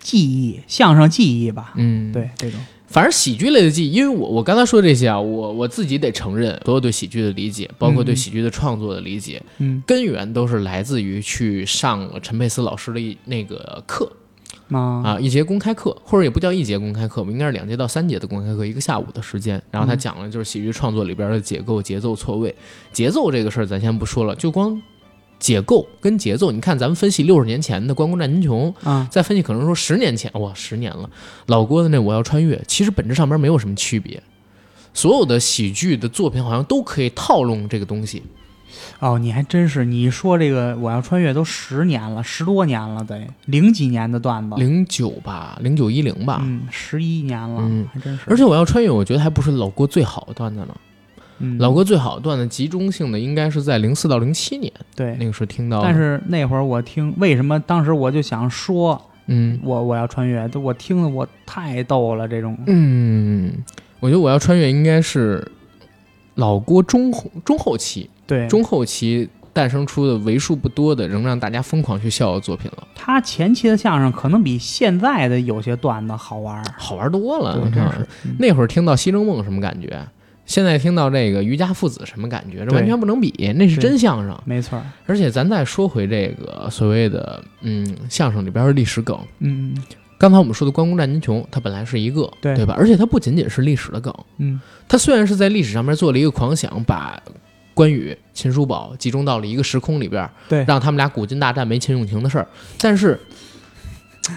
Speaker 2: 记忆，相声记忆吧，
Speaker 1: 嗯，，
Speaker 2: 对，这种，
Speaker 1: 反正喜剧类的记忆，因为我我刚才说这些啊，我我自己得承认，所有对喜剧的理解，包括对喜剧的创作的理解，
Speaker 2: 嗯，
Speaker 1: 根源都是来自于去上陈佩斯老师的一那个课
Speaker 2: 啊，
Speaker 1: 啊，一节公开课，或者也不叫一节公开课吧，应该是两节到三节的公开课，一个下午的时间。然后他
Speaker 2: 嗯
Speaker 1: 讲了就是喜剧创作里边的解构、节奏错位，节奏这个事儿咱先不说了，就光解构跟节奏，你看咱们分析六十年前的《关公战秦琼》，
Speaker 2: 啊，
Speaker 1: 再分析，可能说十年前，哇，十年了，老郭的那《我要穿越》，其实本质上面没有什么区别。所有的喜剧的作品好像都可以套用这个东西，
Speaker 2: 哦，你还真是，你一说这个我要穿越都十年了，十多年了，得零几年的段子，
Speaker 1: 零九吧，零九一零吧。
Speaker 2: 嗯，十一年了，
Speaker 1: 嗯
Speaker 2: 还真是，
Speaker 1: 而且《我要穿越》，我觉得还不是老郭最好的段子呢。
Speaker 2: 嗯
Speaker 1: 老郭最好的段子集中性的应该是在零四到零七年
Speaker 2: 对，
Speaker 1: 那个时候听到的。
Speaker 2: 但是那会儿我听，为什么当时我就想说
Speaker 1: 嗯
Speaker 2: 我我要穿越，都我听的我太逗了，这种
Speaker 1: 嗯，我觉得我要穿越应该是老郭中后中后期，
Speaker 2: 对，
Speaker 1: 中后期诞生出的为数不多的仍让大家疯狂去笑的作品了，
Speaker 2: 他前期的相声可能比现在的有些段子好玩儿，
Speaker 1: 好玩多了。
Speaker 2: 对，
Speaker 1: 你
Speaker 2: 真
Speaker 1: 看
Speaker 2: 是。嗯
Speaker 1: 那会儿听到《西征梦》什么感觉？现在听到这个《渔家父子》什么感觉？这完
Speaker 2: 对
Speaker 1: 全不能比，那是
Speaker 2: 对
Speaker 1: 真相声。
Speaker 2: 没错儿，
Speaker 1: 而且咱再说回这个所谓的嗯相声里边的历史梗，
Speaker 2: 嗯
Speaker 1: 刚才我们说的关公战秦琼，它本来是一个，
Speaker 2: 对
Speaker 1: 吧？而且它不仅仅是历史的梗，
Speaker 2: 嗯，
Speaker 1: 它虽然是在历史上面做了一个狂想，把关羽、秦叔宝集中到了一个时空里边，
Speaker 2: 对
Speaker 1: 让他们俩古今大战没秦俑情的事儿，但是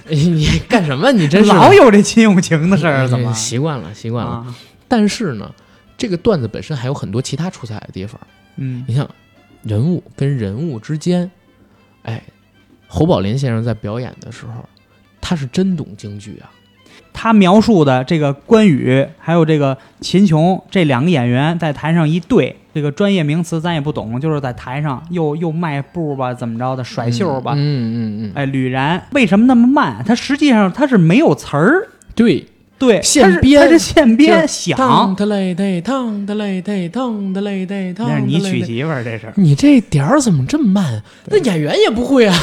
Speaker 1: 你你干什么？你真是
Speaker 2: 老有这秦俑情的事儿，啊怎
Speaker 1: 哎
Speaker 2: 么
Speaker 1: 习惯了？习惯了。
Speaker 2: 啊？
Speaker 1: 但是呢，这个段子本身还有很多其他出彩的地方。
Speaker 2: 嗯，
Speaker 1: 你像人物跟人物之间，哎，侯宝林先生在表演的时候，他是真懂京剧啊。
Speaker 2: 他描述的这个关羽还有这个秦琼这两个演员在台上一对，这个专业名词咱也不懂，就是在台上又又迈步吧，怎么着的，甩袖吧。
Speaker 1: 嗯嗯嗯嗯，
Speaker 2: 哎，吕然为什么那么慢？他实际上他是没有词儿，
Speaker 1: 对，
Speaker 2: 对，
Speaker 1: 现
Speaker 2: 他是
Speaker 1: 编
Speaker 2: 他是现编
Speaker 1: 烫
Speaker 2: 想，
Speaker 1: 的累的，烫的累的，烫的累的，烫
Speaker 2: 那
Speaker 1: 的累
Speaker 2: 是你娶
Speaker 1: 得。。
Speaker 2: 媳妇儿这是
Speaker 1: 你这点儿怎么这么慢？那演员也不会啊，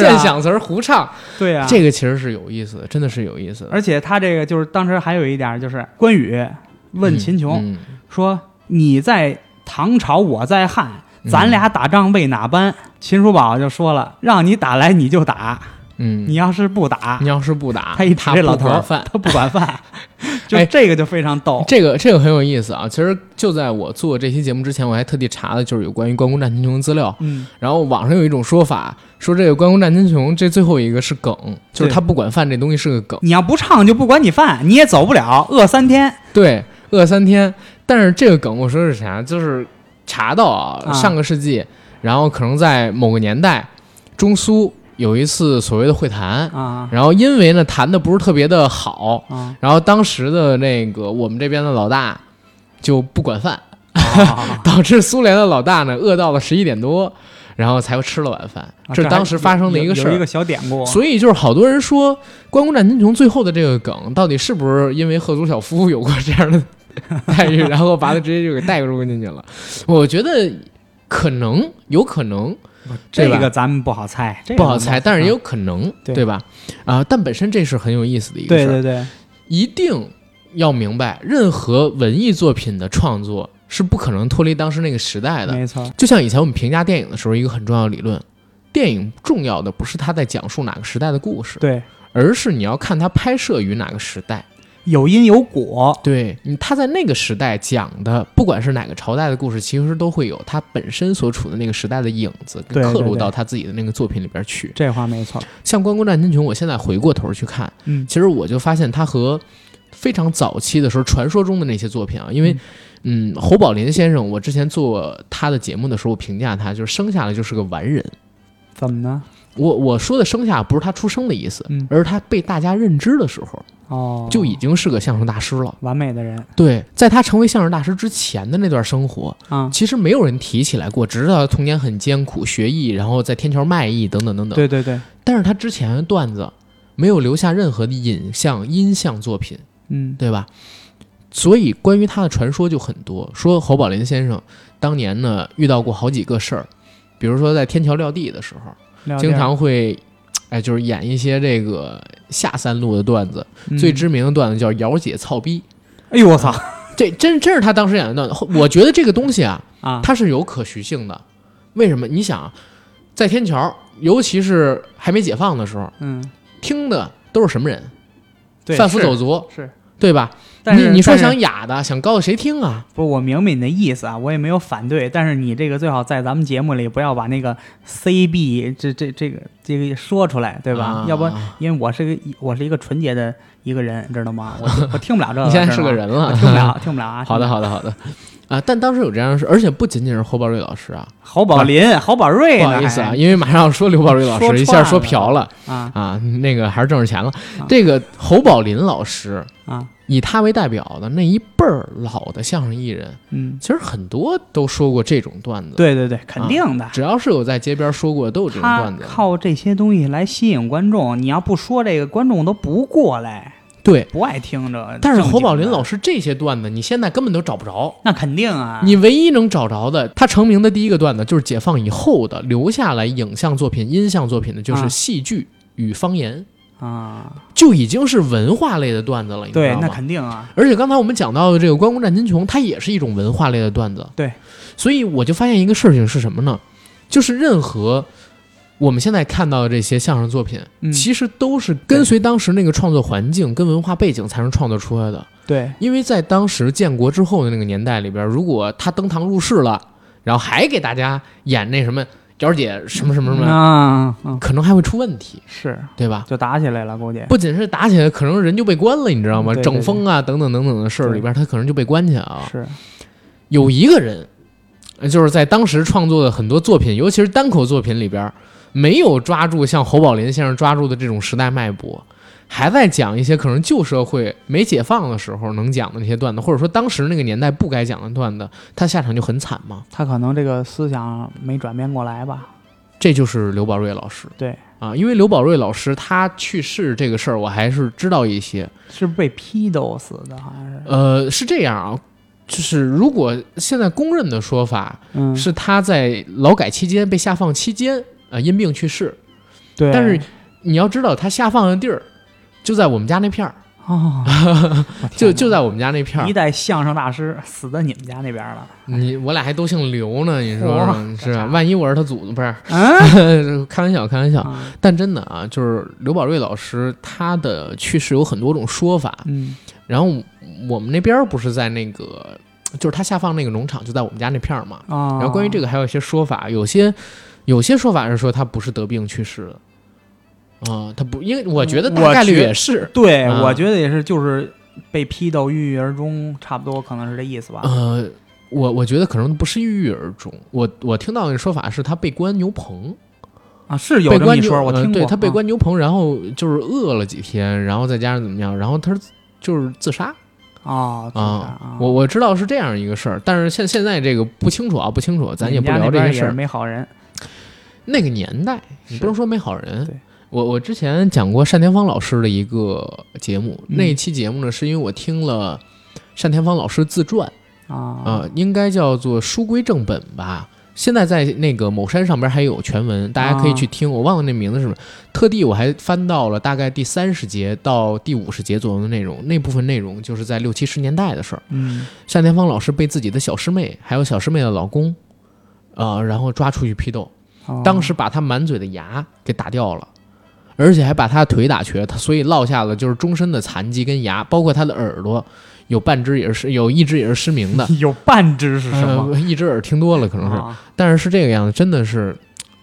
Speaker 1: 现
Speaker 2: 啊，
Speaker 1: 想词儿胡唱，
Speaker 2: 对啊，
Speaker 1: 这个其实是有意思的，真的是有意思的。
Speaker 2: 而且他这个就是当时还有一点就是关羽问秦琼、
Speaker 1: 嗯，嗯
Speaker 2: 说：“你在唐朝，我在汉，
Speaker 1: 嗯
Speaker 2: 咱俩打仗为哪般？”秦叔宝就说了：“让你打来你就打，
Speaker 1: 嗯，
Speaker 2: 你要是不打
Speaker 1: 你，要是不打，
Speaker 2: 他一打这老头
Speaker 1: 不
Speaker 2: 儿哦
Speaker 1: 管饭。
Speaker 2: 他不管饭。” 就
Speaker 1: 哎
Speaker 2: 这个就非常逗。
Speaker 1: 这个这个很有意思啊！其实就在我做这期节目之前，我还特地查了就是有关于关公战秦琼的资料。
Speaker 2: 嗯，
Speaker 1: 然后网上有一种说法，说这个关公战秦琼这最后一个是梗，就是他不管饭这东西是个梗。
Speaker 2: 你要不唱就不管你饭，你也走不了，饿三天。
Speaker 1: 对，饿三天。但是这个梗我说是啥？就是查到啊，
Speaker 2: 啊
Speaker 1: 上个世纪，然后可能在某个年代，中苏有一次所谓的会谈，
Speaker 2: 啊
Speaker 1: 然后因为呢谈的不是特别的好，！
Speaker 2: 啊
Speaker 1: 然后当时的那个我们这边的老大就不管饭。
Speaker 2: 啊
Speaker 1: 导致苏联的老大呢饿到了十一点多，然后才吃了晚饭。这是
Speaker 2: 啊还
Speaker 1: 当时发生的一个
Speaker 2: 有有
Speaker 1: 事
Speaker 2: 有一
Speaker 1: 儿
Speaker 2: 个。小典故。
Speaker 1: 所以就是好多人说《关公战秦琼》最后的这个梗，到底是不是因为赫鲁晓夫有过这样的 待遇，然后把他直接就给带入进去了？我觉得可能有可能
Speaker 2: 这
Speaker 1: 对吧
Speaker 2: 个咱们不好猜，这个
Speaker 1: 不好猜，但是也有
Speaker 2: 啊
Speaker 1: 可能，
Speaker 2: 对
Speaker 1: 对吧？啊、但本身这是很有意思的一个事
Speaker 2: 对
Speaker 1: 儿。
Speaker 2: 对对，
Speaker 1: 一定要明白，任何文艺作品的创作是不可能脱离当时那个时代的。
Speaker 2: 没错。
Speaker 1: 就像以前我们评价电影的时候，一个很重要的理论，电影重要的不是它在讲述哪个时代的故事，
Speaker 2: 对，
Speaker 1: 而是你要看它拍摄于哪个时代。
Speaker 2: 有因有果。
Speaker 1: 对，你它在那个时代讲的，不管是哪个朝代的故事，其实都会有它本身所处的那个时代的影子，
Speaker 2: 对对
Speaker 1: 刻入
Speaker 2: 对
Speaker 1: 到他自己的那个作品里边去。
Speaker 2: 这话没错。
Speaker 1: 像《关公战秦琼》，我现在回过头去看，
Speaker 2: 嗯，
Speaker 1: 其实我就发现它和非常早期的时候传说中的那些作品啊，因为嗯侯宝林先生，我之前做他的节目的时候，我评价他就是生下来就是个完人。
Speaker 2: 怎么呢？
Speaker 1: 我我说的生下不是他出生的意思，
Speaker 2: 嗯
Speaker 1: 而是他被大家认知的时候
Speaker 2: 哦，
Speaker 1: 就已经是个相声大师了。
Speaker 2: 完美的人
Speaker 1: 对，在他成为相声大师之前的那段生活，
Speaker 2: 啊，
Speaker 1: 其实没有人提起来过，直到他童年很艰苦学艺，然后在天桥卖艺等等等等。
Speaker 2: 嗯对对对，
Speaker 1: 但是他之前的段子没有留下任何的影像、音像作品，
Speaker 2: 嗯，
Speaker 1: 对吧？所以关于他的传说就很多，说侯宝林先生当年呢遇到过好几个事儿，比如说在天桥撂地的时候。
Speaker 2: 聊
Speaker 1: 经
Speaker 2: 天儿
Speaker 1: 常会，哎，就是演一些这个下三路的段子。
Speaker 2: 嗯
Speaker 1: 最知名的段子叫“姚姐操逼
Speaker 2: 哎呦我操”，
Speaker 1: 这真真是他当时演的段子。后我觉得这个东西啊，
Speaker 2: 啊！
Speaker 1: 它是有可循性的。为什么？你想，啊在天桥，尤其是还没解放的时候，
Speaker 2: 嗯，
Speaker 1: 听的都是什么人？
Speaker 2: 对，
Speaker 1: 贩夫
Speaker 2: 是
Speaker 1: 走卒，
Speaker 2: 是，
Speaker 1: 对吧？
Speaker 2: 但
Speaker 1: 你
Speaker 2: 是
Speaker 1: 你说
Speaker 2: 但是
Speaker 1: 想雅的，想高的，谁听啊？
Speaker 2: 不是我明白你的意思啊，我也没有反对，但是你这个最好在咱们节目里不要把那个 CB 这这这个这个说出来，对吧？
Speaker 1: 啊
Speaker 2: 要不呃因为我是个我是一个纯洁的一个人，知 道吗？我我听不了这个，
Speaker 1: 你现在
Speaker 2: 知
Speaker 1: 是个
Speaker 2: 道吗，
Speaker 1: 人
Speaker 2: 我
Speaker 1: 了，
Speaker 2: 听不 了，听不了啊！
Speaker 1: 好的，好的，好的。啊！但当时有这样的事，而且不仅仅是侯宝瑞老师啊，
Speaker 2: 侯宝林、侯宝瑞
Speaker 1: 不
Speaker 2: 呢，
Speaker 1: 好意思啊，
Speaker 2: 还
Speaker 1: 因为马上要说刘宝瑞老
Speaker 2: 说
Speaker 1: 师，一下
Speaker 2: 串
Speaker 1: 说
Speaker 2: 了
Speaker 1: 瓢了。
Speaker 2: 啊
Speaker 1: 啊，那个还是挣着钱了
Speaker 2: 啊。
Speaker 1: 这个侯宝林老师，
Speaker 2: 啊，
Speaker 1: 以他为代表的那一辈儿老的相声艺人，
Speaker 2: 嗯，
Speaker 1: 其实很多都说过这种段子。，
Speaker 2: 对对对，肯定的。
Speaker 1: 只要是有在街边说过，都有这种
Speaker 2: 他
Speaker 1: 段子。
Speaker 2: 靠这些东西来吸引观众，你要不说这个，观众都不过来。
Speaker 1: 对，
Speaker 2: 不爱听这。
Speaker 1: 但是侯宝林老
Speaker 2: 师
Speaker 1: 师这些段子，你现在根本都找不着。
Speaker 2: 那肯定啊，
Speaker 1: 你唯一能找着的，他成名的第一个段子就是解放以后的留下来影像作品、音像作品的，就是
Speaker 2: 啊
Speaker 1: 戏剧与方言，
Speaker 2: 啊，
Speaker 1: 就已经是文化类的段子了，你知
Speaker 2: 对
Speaker 1: 道，
Speaker 2: 那
Speaker 1: 吗？
Speaker 2: 肯定啊，
Speaker 1: 而且刚才我们讲到的这个关公战秦琼，它也是一种文化类的段子。
Speaker 2: 对，
Speaker 1: 所以我就发现一个事情是什么呢？就是任何我们现在看到的这些相声作品，
Speaker 2: 嗯
Speaker 1: 其实都是跟随当时那个创作环境跟文化背景才能创作出来的。
Speaker 2: 嗯对
Speaker 1: 因为在当时建国之后的那个年代里边，如果他登堂入室了，然后还给大家演那什么娇儿姐什么什么什么，
Speaker 2: 啊，嗯，
Speaker 1: 可能还会出问题，
Speaker 2: 是
Speaker 1: 对吧？
Speaker 2: 就打起来了，估计
Speaker 1: 不仅是打起来，可能人就被关了，你知道吗？
Speaker 2: 嗯对对
Speaker 1: 整风啊等等等等的事儿里边，他可能就被关起来了。
Speaker 2: 是
Speaker 1: 有一个人，呃就是在当时创作的很多作品，尤其是单口作品里边，没有抓住像侯宝林先生抓住的这种时代脉搏，还在讲一些可能旧社会没解放的时候能讲的那些段子，或者说当时那个年代不该讲的段子，他下场就很惨嘛。
Speaker 2: 他可能这个思想没转变过来吧，
Speaker 1: 这就是刘宝瑞老师。
Speaker 2: 对
Speaker 1: 啊，因为刘宝瑞老师他去世这个事儿，我还是知道一些。
Speaker 2: 是被批斗死的，好像是，
Speaker 1: 呃，是这样啊。就是如果现在公认的说法
Speaker 2: 嗯，
Speaker 1: 是他在劳改期间被下放期间，呃，因病去世，
Speaker 2: 对，
Speaker 1: 但是你要知道，他下放的地儿就在我们家那片儿，
Speaker 2: 哦，我天
Speaker 1: 就
Speaker 2: 哪
Speaker 1: 就在我们家那片
Speaker 2: 一
Speaker 1: 儿。
Speaker 2: 代相声大师死在你们家那边了，
Speaker 1: 你我俩还都姓刘呢，你说
Speaker 2: 嚯
Speaker 1: 是
Speaker 2: 这家
Speaker 1: 吧？
Speaker 2: 伙
Speaker 1: 万一我是他祖宗，不是？
Speaker 2: 嗯，
Speaker 1: 开玩笑，开玩笑。
Speaker 2: 啊
Speaker 1: 但真的啊，就是刘宝瑞老师他的去世有很多种说法。
Speaker 2: 嗯，
Speaker 1: 然后我们那边儿不是在那个，就是他下放那个农场就在我们家那片儿嘛。
Speaker 2: 啊，
Speaker 1: 然后关于这个还有一些说法，有些有些说法是说他不是得病去世的。啊、他不，因为我觉得大
Speaker 2: 我
Speaker 1: 概率
Speaker 2: 觉
Speaker 1: 也是，
Speaker 2: 对，
Speaker 1: 啊
Speaker 2: 我觉得也是，就是被批斗郁郁而终，差不多可能是这意思吧。
Speaker 1: 呃，我我觉得可能不是郁郁而终。我我听到的说法是他被关牛棚，
Speaker 2: 啊，是有
Speaker 1: 被
Speaker 2: 这么
Speaker 1: 关
Speaker 2: 一
Speaker 1: 牛
Speaker 2: 说，我
Speaker 1: 呃
Speaker 2: 听过。
Speaker 1: 对他被
Speaker 2: 啊，
Speaker 1: 关牛棚，然后就是饿了几天，然后再加上怎么样，然后他是就是自杀。
Speaker 2: 哦，就是啊，
Speaker 1: 我我知道是这样一个事儿，但是现现在这个不清楚啊，不清楚，咱
Speaker 2: 你
Speaker 1: 也
Speaker 2: 们
Speaker 1: 不
Speaker 2: 家
Speaker 1: 聊
Speaker 2: 那
Speaker 1: 这
Speaker 2: 边
Speaker 1: 些
Speaker 2: 也
Speaker 1: 事
Speaker 2: 是
Speaker 1: 儿。
Speaker 2: 没好人
Speaker 1: 那个年代，你
Speaker 2: 是
Speaker 1: 不能说没好人
Speaker 2: 对。
Speaker 1: 我我之前讲过单田芳老师的一个节目，
Speaker 2: 嗯
Speaker 1: 那一期节目呢，是因为我听了单田芳老师自传。
Speaker 2: 啊
Speaker 1: 呃，应该叫做书归正本吧。现在在那个某山上边还有全文，大家可以去听。我忘了那名字是什
Speaker 2: 啊
Speaker 1: 么，特地我还翻到了大概第三十节到第五十节左右的内容。那部分内容就是在六七十年代的事儿。
Speaker 2: 嗯
Speaker 1: 单田芳老师被自己的小师妹还有小师妹的老公，呃，然后抓出去批斗，
Speaker 2: 哦
Speaker 1: 当时把他满嘴的牙给打掉了。而且还把他的腿打瘸，他所以落下了就是终身的残疾跟牙，包括他的耳朵，有半只也是有一只也是失明的。
Speaker 2: 有半只 是什么？
Speaker 1: 呃一只耳听多了可能是，
Speaker 2: 啊
Speaker 1: 但是是这个样子，真的是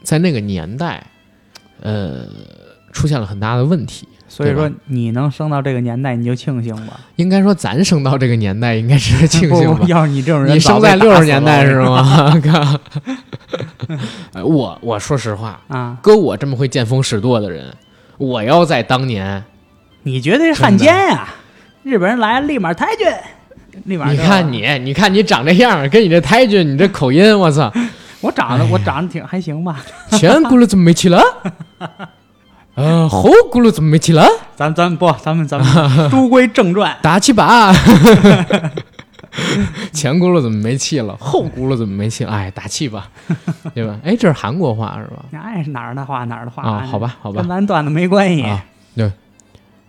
Speaker 1: 在那个年代，呃，出现了很大的问题。
Speaker 2: 所以
Speaker 1: 对吧
Speaker 2: 说你能生到这个年代，你就庆幸吧。
Speaker 1: 应该说，咱生到这个年代，应该 是庆幸
Speaker 2: 不
Speaker 1: 吧
Speaker 2: 不，？要是你这种人，
Speaker 1: 你生在
Speaker 2: 早被
Speaker 1: 六
Speaker 2: 打
Speaker 1: 十
Speaker 2: 死
Speaker 1: 年
Speaker 2: 了
Speaker 1: 代是吗？靠哎 我我说实话，
Speaker 2: 啊？
Speaker 1: 搁我这么会见风使舵的人，我要在当年，
Speaker 2: 你绝对是汉奸呀！日本人来了，立马抬军，立马
Speaker 1: 你
Speaker 2: 就
Speaker 1: 看你，你看你长这样儿，跟你这胎军，你这口音，我 操，
Speaker 2: 我长得我长得挺还行 吧？
Speaker 1: 前轱辘怎么没起 来？呃，后轱辘怎么没起来？
Speaker 2: 咱咱不，咱们咱们 书归正传，
Speaker 1: 打起 吧。前轱辘怎么没气 了？后轱辘怎么没气了？哎，打气吧，对吧？哎，这是韩国话是吧？
Speaker 2: 那爱是哪儿的话哪儿的话
Speaker 1: 啊，好，吧，好吧
Speaker 2: 跟，咱段子没关系。
Speaker 1: 啊，对，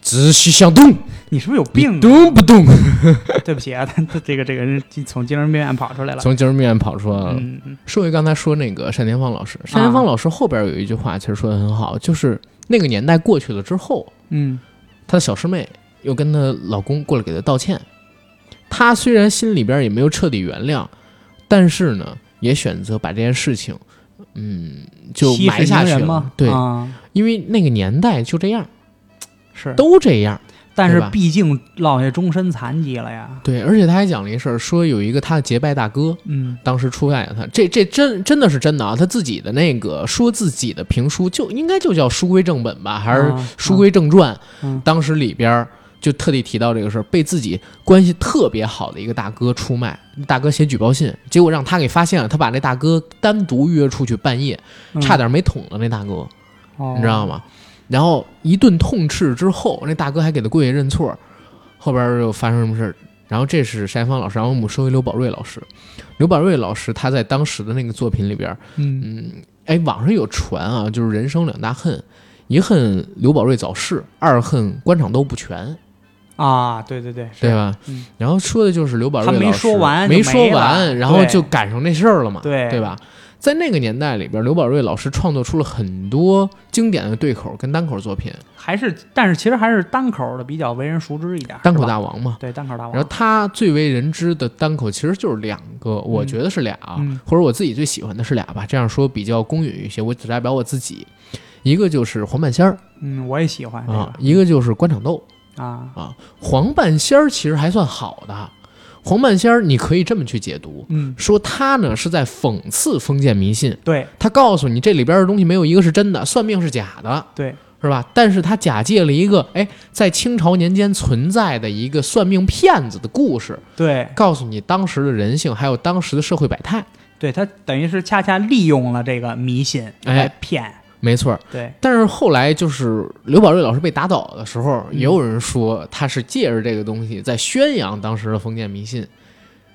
Speaker 1: 仔细想动，
Speaker 2: 你是不是有病啊？
Speaker 1: 动不动？
Speaker 2: 对不起啊，他他这个这个人从精神病院跑出来了。
Speaker 1: 从精神病院跑出来了。
Speaker 2: 嗯，嗯
Speaker 1: 说回刚才说那个单田芳老师，单田芳老师后边有一句话，其实说的很好，就是那个年代过去了之后，
Speaker 2: 嗯，
Speaker 1: 她的小师妹又跟她老公过来给她道歉。她虽然心里边也没有彻底原谅，但是呢，也选择把这件事情，嗯，就
Speaker 2: 息事
Speaker 1: 埋下
Speaker 2: 宁
Speaker 1: 去
Speaker 2: 人
Speaker 1: 了
Speaker 2: 嘛。，
Speaker 1: 对，
Speaker 2: 啊
Speaker 1: 因为那个年代就这样，
Speaker 2: 是，
Speaker 1: 都这样。
Speaker 2: 但是
Speaker 1: 对吧
Speaker 2: 毕竟落下终身残疾了呀。
Speaker 1: 对，而且她还讲了一事儿，说有一个她的结拜大哥，
Speaker 2: 嗯，
Speaker 1: 当时出卖了她。这这真真的是真的啊！她自己的那个说自己的评书就应该就叫书归正本吧，还是
Speaker 2: 啊
Speaker 1: 书归正传，
Speaker 2: 嗯
Speaker 1: 当时里边儿就特地提到这个事儿，被自己关系特别好的一个大哥出卖，大哥写举报信，结果让他给发现了，他把那大哥单独约出去半夜，
Speaker 2: 嗯
Speaker 1: 差点没捅了那大哥，
Speaker 2: 哦
Speaker 1: 你知道吗？然后一顿痛斥之后，那大哥还给他跪下认错，后边又发生什么事儿？然后这是单芳老师，然后我们说回刘宝瑞老师，刘宝瑞老师他在当时的那个作品里边，
Speaker 2: 嗯
Speaker 1: 嗯，哎，网上有传啊，就是人生两大恨，一恨刘宝瑞早逝，二恨官场斗不全，
Speaker 2: 啊，对对对，是
Speaker 1: 对？吧？
Speaker 2: 嗯
Speaker 1: 然后说的就是刘宝瑞
Speaker 2: 他没
Speaker 1: 老师
Speaker 2: 说完就
Speaker 1: 没
Speaker 2: 没
Speaker 1: 说完，
Speaker 2: 了
Speaker 1: 然后
Speaker 2: 对
Speaker 1: 就赶上那事儿了嘛，
Speaker 2: 对
Speaker 1: 吧？在那个年代里边，刘宝瑞老师创作出了很多经典的对口跟单口作品，
Speaker 2: 还是，但是其实还是单口的比较为人熟知一点，
Speaker 1: 单口
Speaker 2: 是吧
Speaker 1: 大王嘛。
Speaker 2: 对单口大王。
Speaker 1: 然后他最为人知的单口其实就是两个，我觉得是俩啊，
Speaker 2: 嗯
Speaker 1: 或者我自己最喜欢的是俩吧。这样说比较公允一些，我只代表我自己。一个就是黄半仙儿
Speaker 2: 嗯，我也喜欢这
Speaker 1: 啊
Speaker 2: 个，
Speaker 1: 一个就是官场斗。
Speaker 2: 啊，
Speaker 1: 黄半仙儿其实还算好的，黄半仙儿你可以这么去解读，
Speaker 2: 嗯，
Speaker 1: 说他呢是在讽刺封建迷信，
Speaker 2: 对
Speaker 1: 他告诉你这里边的东西没有一个是真的，算命是假的，
Speaker 2: 对，
Speaker 1: 是吧？但是他假借了一个哎，在清朝年间存在的一个算命骗子的故事，
Speaker 2: 对
Speaker 1: 告诉你当时的人性，还有当时的社会百态。
Speaker 2: 对，他等于是恰恰利用了这个迷信
Speaker 1: 哎
Speaker 2: 来骗，
Speaker 1: 没错儿，
Speaker 2: 对，
Speaker 1: 但是后来就是刘宝瑞老师被打倒的时候，也有人说他是借着这个东西在宣扬当时的封建迷信，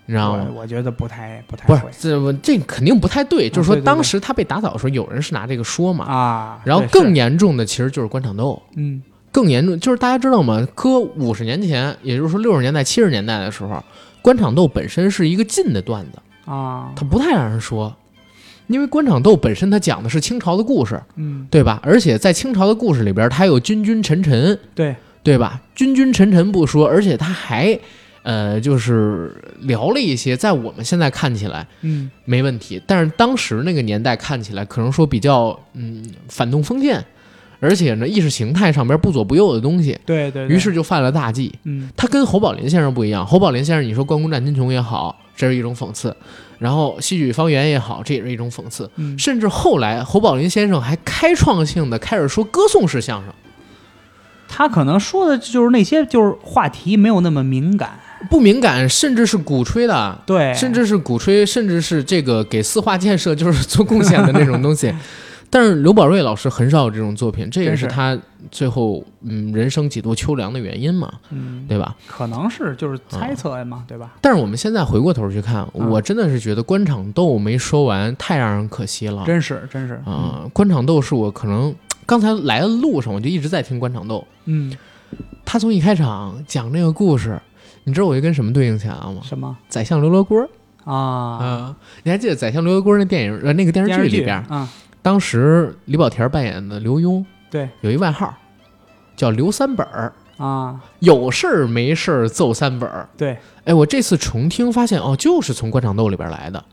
Speaker 1: 你知道吗
Speaker 2: 我？我觉得不太不太
Speaker 1: 不是
Speaker 2: 会，啊
Speaker 1: 这我这肯定不太对。就是说，
Speaker 2: 对对对
Speaker 1: 当时他被打倒的时候，有人是拿这个说嘛。
Speaker 2: 啊，
Speaker 1: 然后
Speaker 2: 对
Speaker 1: 更
Speaker 2: 是
Speaker 1: 严重的其实就是官场斗，
Speaker 2: 嗯
Speaker 1: 更严重就是大家知道吗？搁五十年前，也就是说六十年代、七十年代的时候，官场斗本身是一个禁的段子，
Speaker 2: 啊，
Speaker 1: 它不太让人说，因为官场斗本身它讲的是清朝的故事，
Speaker 2: 嗯
Speaker 1: 对吧？而且在清朝的故事里边，它有君君臣臣，
Speaker 2: 对
Speaker 1: 对吧？君君臣臣不说，而且他还，呃，就是聊了一些在我们现在看起来
Speaker 2: 嗯
Speaker 1: 没问题，但是当时那个年代看起来可能说比较嗯反动封建，而且呢意识形态上边不左不右的东西，
Speaker 2: 对对，对
Speaker 1: 于是就犯了大忌。
Speaker 2: 嗯
Speaker 1: 他跟侯宝林先生不一样，侯宝林先生你说关公战秦琼也好，这是一种讽刺，然后戏曲方圆也好，这也是一种讽刺。
Speaker 2: 嗯
Speaker 1: 甚至后来侯宝林先生还开创性的开始说歌颂式相声，
Speaker 2: 他可能说的就是那些就是话题没有那么敏感，
Speaker 1: 不敏感，甚至是鼓吹的。啊
Speaker 2: 对，
Speaker 1: 甚至是鼓吹，甚至是这个给四化建设就是做贡献的那种东西。但是刘宝瑞老师很少有这种作品，这也
Speaker 2: 真
Speaker 1: 是
Speaker 2: 是
Speaker 1: 他最后嗯人生几度秋凉的原因嘛，
Speaker 2: 嗯，
Speaker 1: 对吧？嗯
Speaker 2: 可能是就是猜测嘛，对吧？
Speaker 1: 但是我们现在回过头去看，
Speaker 2: 嗯
Speaker 1: 我真的是觉得官场斗没说完，太让人可惜了。
Speaker 2: 真是真是，
Speaker 1: 啊、官场斗是我可能刚才来的路上我就一直在听官场斗，
Speaker 2: 嗯，
Speaker 1: 他从一开场讲那个故事，你知道我就跟什么对应起来了吗？
Speaker 2: 什么
Speaker 1: 宰相刘罗锅儿啊、
Speaker 2: 啊？
Speaker 1: 你还记得宰相刘罗锅儿那电影呃那个电视
Speaker 2: 电视
Speaker 1: 剧
Speaker 2: 剧
Speaker 1: 里边，
Speaker 2: 啊，
Speaker 1: 当时李保田扮演的刘墉
Speaker 2: 对
Speaker 1: 有一外号叫刘三本儿，
Speaker 2: 啊，
Speaker 1: 有事儿没事儿揍三本儿。
Speaker 2: 对，
Speaker 1: 哎，我这次重听发现哦，就是从官场斗里边来的。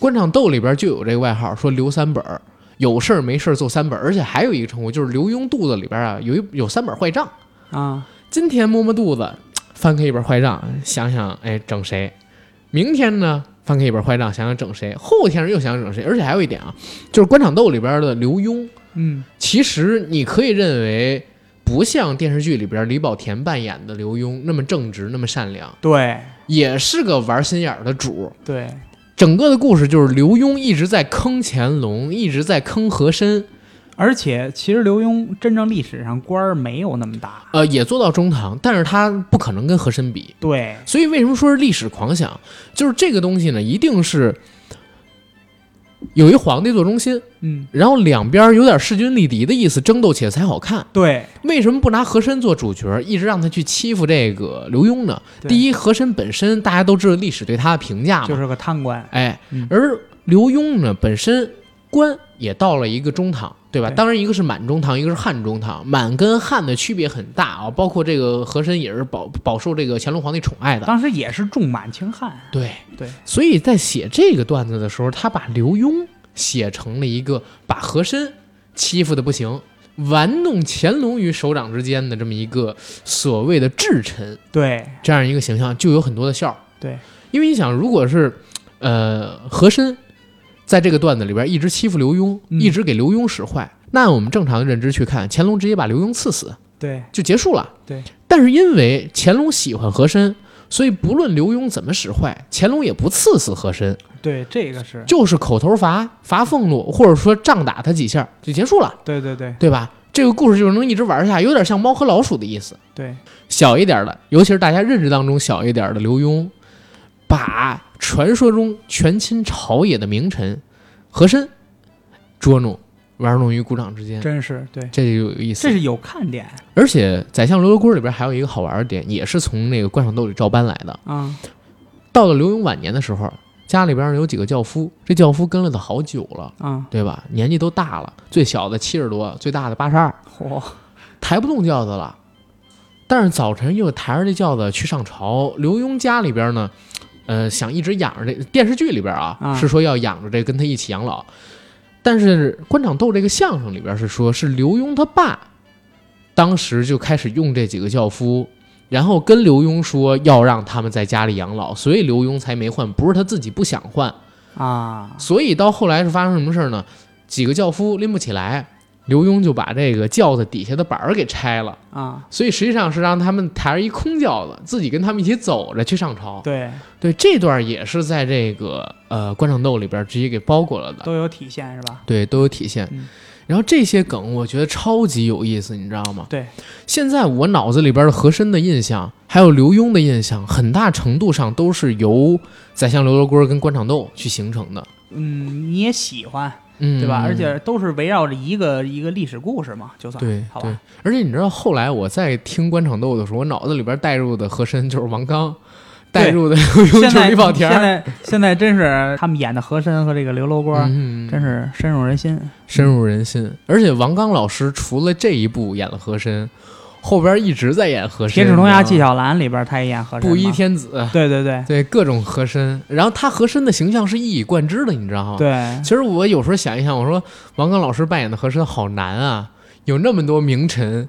Speaker 1: 官场斗里边就有这个外号，说刘三本儿，有事儿没事儿揍三本儿，而且还有一个称呼就是刘墉肚子里边啊有一有三本坏账。
Speaker 2: 啊，
Speaker 1: 今天摸摸肚子，翻开一本坏账，想想哎整谁；明天呢，翻开一本坏账，想想整谁；后天又想整谁。而且还有一点啊，就是官场斗里边的刘墉，
Speaker 2: 嗯，
Speaker 1: 其实你可以认为不像电视剧里边李保田扮演的刘墉那么正直、那么善良，
Speaker 2: 对
Speaker 1: 也是个玩心眼儿的主。
Speaker 2: 对，
Speaker 1: 整个的故事就是刘墉一直在坑乾隆，一直在坑和珅，
Speaker 2: 而且其实刘墉真正历史上官儿没有那么大，
Speaker 1: 呃，也做到中堂，但是他不可能跟和珅比。
Speaker 2: 对，
Speaker 1: 所以为什么说是历史狂想？就是这个东西呢，一定是有一皇帝做中心，
Speaker 2: 嗯，
Speaker 1: 然后两边有点势均力敌的意思，争斗起来才好看。
Speaker 2: 对，
Speaker 1: 为什么不拿和珅做主角，一直让他去欺负这个刘墉呢？
Speaker 2: 对
Speaker 1: 第一，和珅本身大家都知道历史对他的评价嘛，
Speaker 2: 就是个贪官，
Speaker 1: 哎
Speaker 2: 嗯，
Speaker 1: 而刘墉呢本身官也到了一个中堂，对吧？
Speaker 2: 对
Speaker 1: 当然，一个是满中堂，一个是汉中堂。满跟汉的区别很大啊，包括这个和珅也是饱饱受这个乾隆皇帝宠爱的。
Speaker 2: 当时也是重满轻汉，
Speaker 1: 对
Speaker 2: 对，
Speaker 1: 所以在写这个段子的时候，他把刘墉写成了一个把和珅欺负的不行，玩弄乾隆于手掌之间的这么一个所谓的至臣
Speaker 2: 对
Speaker 1: 这样一个形象，就有很多的笑。
Speaker 2: 对，
Speaker 1: 因为你想，如果是呃和珅在这个段子里边一直欺负刘墉，
Speaker 2: 嗯
Speaker 1: 一直给刘墉使坏，那我们正常的认知去看，乾隆直接把刘墉刺死，
Speaker 2: 对
Speaker 1: 就结束了。
Speaker 2: 对，
Speaker 1: 但是因为乾隆喜欢和珅，所以不论刘墉怎么使坏，乾隆也不刺死和珅，
Speaker 2: 对，这个是，
Speaker 1: 就是口头罚、罚俸禄，或者说杖打他几下就结束了，
Speaker 2: 对对对
Speaker 1: 对吧？这个故事就是能一直玩下去，有点像猫和老鼠的意思。
Speaker 2: 对，
Speaker 1: 小一点的，尤其是大家认知当中小一点的刘墉，把传说中权倾朝野的名臣和珅捉弄玩弄于股掌之间，
Speaker 2: 真是对，
Speaker 1: 这就有意思
Speaker 2: 这。是有看点
Speaker 1: 而且《宰相刘罗锅》里边还有一个好玩的点，也是从那个灌赏斗里照搬来的。
Speaker 2: 啊，
Speaker 1: 到了刘墉晚年的时候，家里边有几个轿夫，这轿夫跟了他好久了，
Speaker 2: 啊，
Speaker 1: 对吧？年纪都大了，最小的七十多，最大的八十二，
Speaker 2: 嚯，
Speaker 1: 抬不动轿子了。但是早晨又抬着这轿子去上朝。刘墉家里边呢，呃，想一直养着这电视剧里边啊，
Speaker 2: 啊
Speaker 1: 是说要养着这跟他一起养老。但是官场斗这个相声里边是说，是刘墉他爸当时就开始用这几个轿夫，然后跟刘墉说要让他们在家里养老，所以刘墉才没换，不是他自己不想换，
Speaker 2: 啊，
Speaker 1: 所以到后来是发生什么事儿呢？几个轿夫拎不起来，刘墉就把这个轿子底下的板儿给拆了，
Speaker 2: 啊，
Speaker 1: 所以实际上是让他们抬着一空轿子，自己跟他们一起走着去上朝。
Speaker 2: 对，
Speaker 1: 对，这段也是在这个呃官场斗里边直接给包裹了的，
Speaker 2: 都有体现是吧？
Speaker 1: 对，都有体现
Speaker 2: 嗯。
Speaker 1: 然后这些梗我觉得超级有意思，你知道吗？
Speaker 2: 对，
Speaker 1: 现在我脑子里边的和珅的印象，还有刘墉的印象，很大程度上都是由宰相刘罗锅跟官场斗去形成的，
Speaker 2: 嗯，你也喜欢
Speaker 1: 嗯，
Speaker 2: 对吧？而且都是围绕着一个一个历史故事嘛，就算
Speaker 1: 对
Speaker 2: 好
Speaker 1: 对
Speaker 2: 吧，，
Speaker 1: 而且你知道后来我在听官场斗的时候，我脑子里边带入的和珅就是王刚，带入的就 是
Speaker 2: 现在
Speaker 1: 李保田
Speaker 2: 现
Speaker 1: 儿，
Speaker 2: 在现在真是他们演的和珅和这个刘罗锅，
Speaker 1: 嗯，
Speaker 2: 真是深入人心。
Speaker 1: 深入人心。而且王刚老师除了这一部演了和珅，后边一直在演和
Speaker 2: 《
Speaker 1: 珅，
Speaker 2: 铁齿铜牙纪
Speaker 1: 你知道吗
Speaker 2: 晓岚》里边他也演和珅嘛，
Speaker 1: 布衣天啊子，
Speaker 2: 对对对
Speaker 1: 对各种和珅。然后他和珅的形象是一以贯之的，你知道吗？
Speaker 2: 对
Speaker 1: 其实我有时候想一想，我说王刚老师扮演的和珅好难啊，有那么多名臣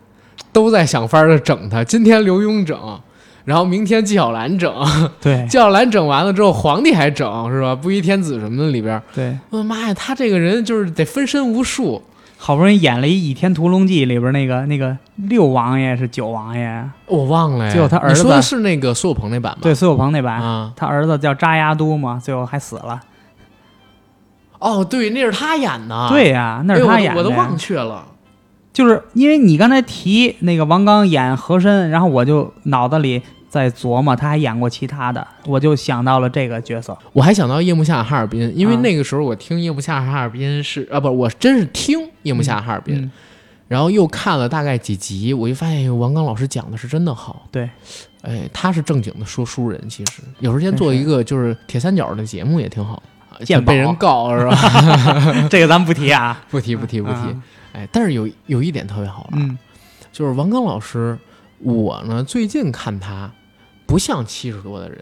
Speaker 1: 都在想法儿的整他。今天刘墉整，然后明天纪晓岚整，
Speaker 2: 对
Speaker 1: 纪晓岚整完了之后，皇帝还整是吧？布衣天子什么的里边儿，
Speaker 2: 对，
Speaker 1: 我的妈呀，他这个人就是得分身无术。我忘了呀，
Speaker 2: 结果他儿
Speaker 1: 你
Speaker 2: 子
Speaker 1: 说的是那个苏有朋那版吗？
Speaker 2: 对，苏有朋那版，
Speaker 1: 啊，
Speaker 2: 他儿子叫扎牙都嘛，最后还死了。
Speaker 1: 哦，对，那是他演的。
Speaker 2: 对呀、那
Speaker 1: 哎
Speaker 2: 是
Speaker 1: 呦，
Speaker 2: 他演的呀、
Speaker 1: 我都我都忘却了。
Speaker 2: 就是因为你刚才提那个王刚演和珅，然后我就脑子里在琢磨他还演过其他的，我就想到了这个 角色。
Speaker 1: 我还想到夜幕下哈尔滨，因为
Speaker 2: 啊
Speaker 1: 那个时候我听夜幕下哈尔滨是啊，不，我真是听夜幕下哈尔滨，
Speaker 2: 嗯，
Speaker 1: 然后又看了大概几集，我就发现哎王刚老师讲的是真的好。
Speaker 2: 对，
Speaker 1: 哎，他是正经的说书人，其实有时间
Speaker 2: 真
Speaker 1: 做
Speaker 2: 是
Speaker 1: 一个就是铁三角的节目也挺好。
Speaker 2: 鉴宝
Speaker 1: 被人告是 吧？
Speaker 2: 这个咱们不提啊，
Speaker 1: 不提不提不提
Speaker 2: 啊。
Speaker 1: 哎，但是有有一点特别好玩，
Speaker 2: 嗯
Speaker 1: 就是王刚老师，我呢最近看他不像七十多的人，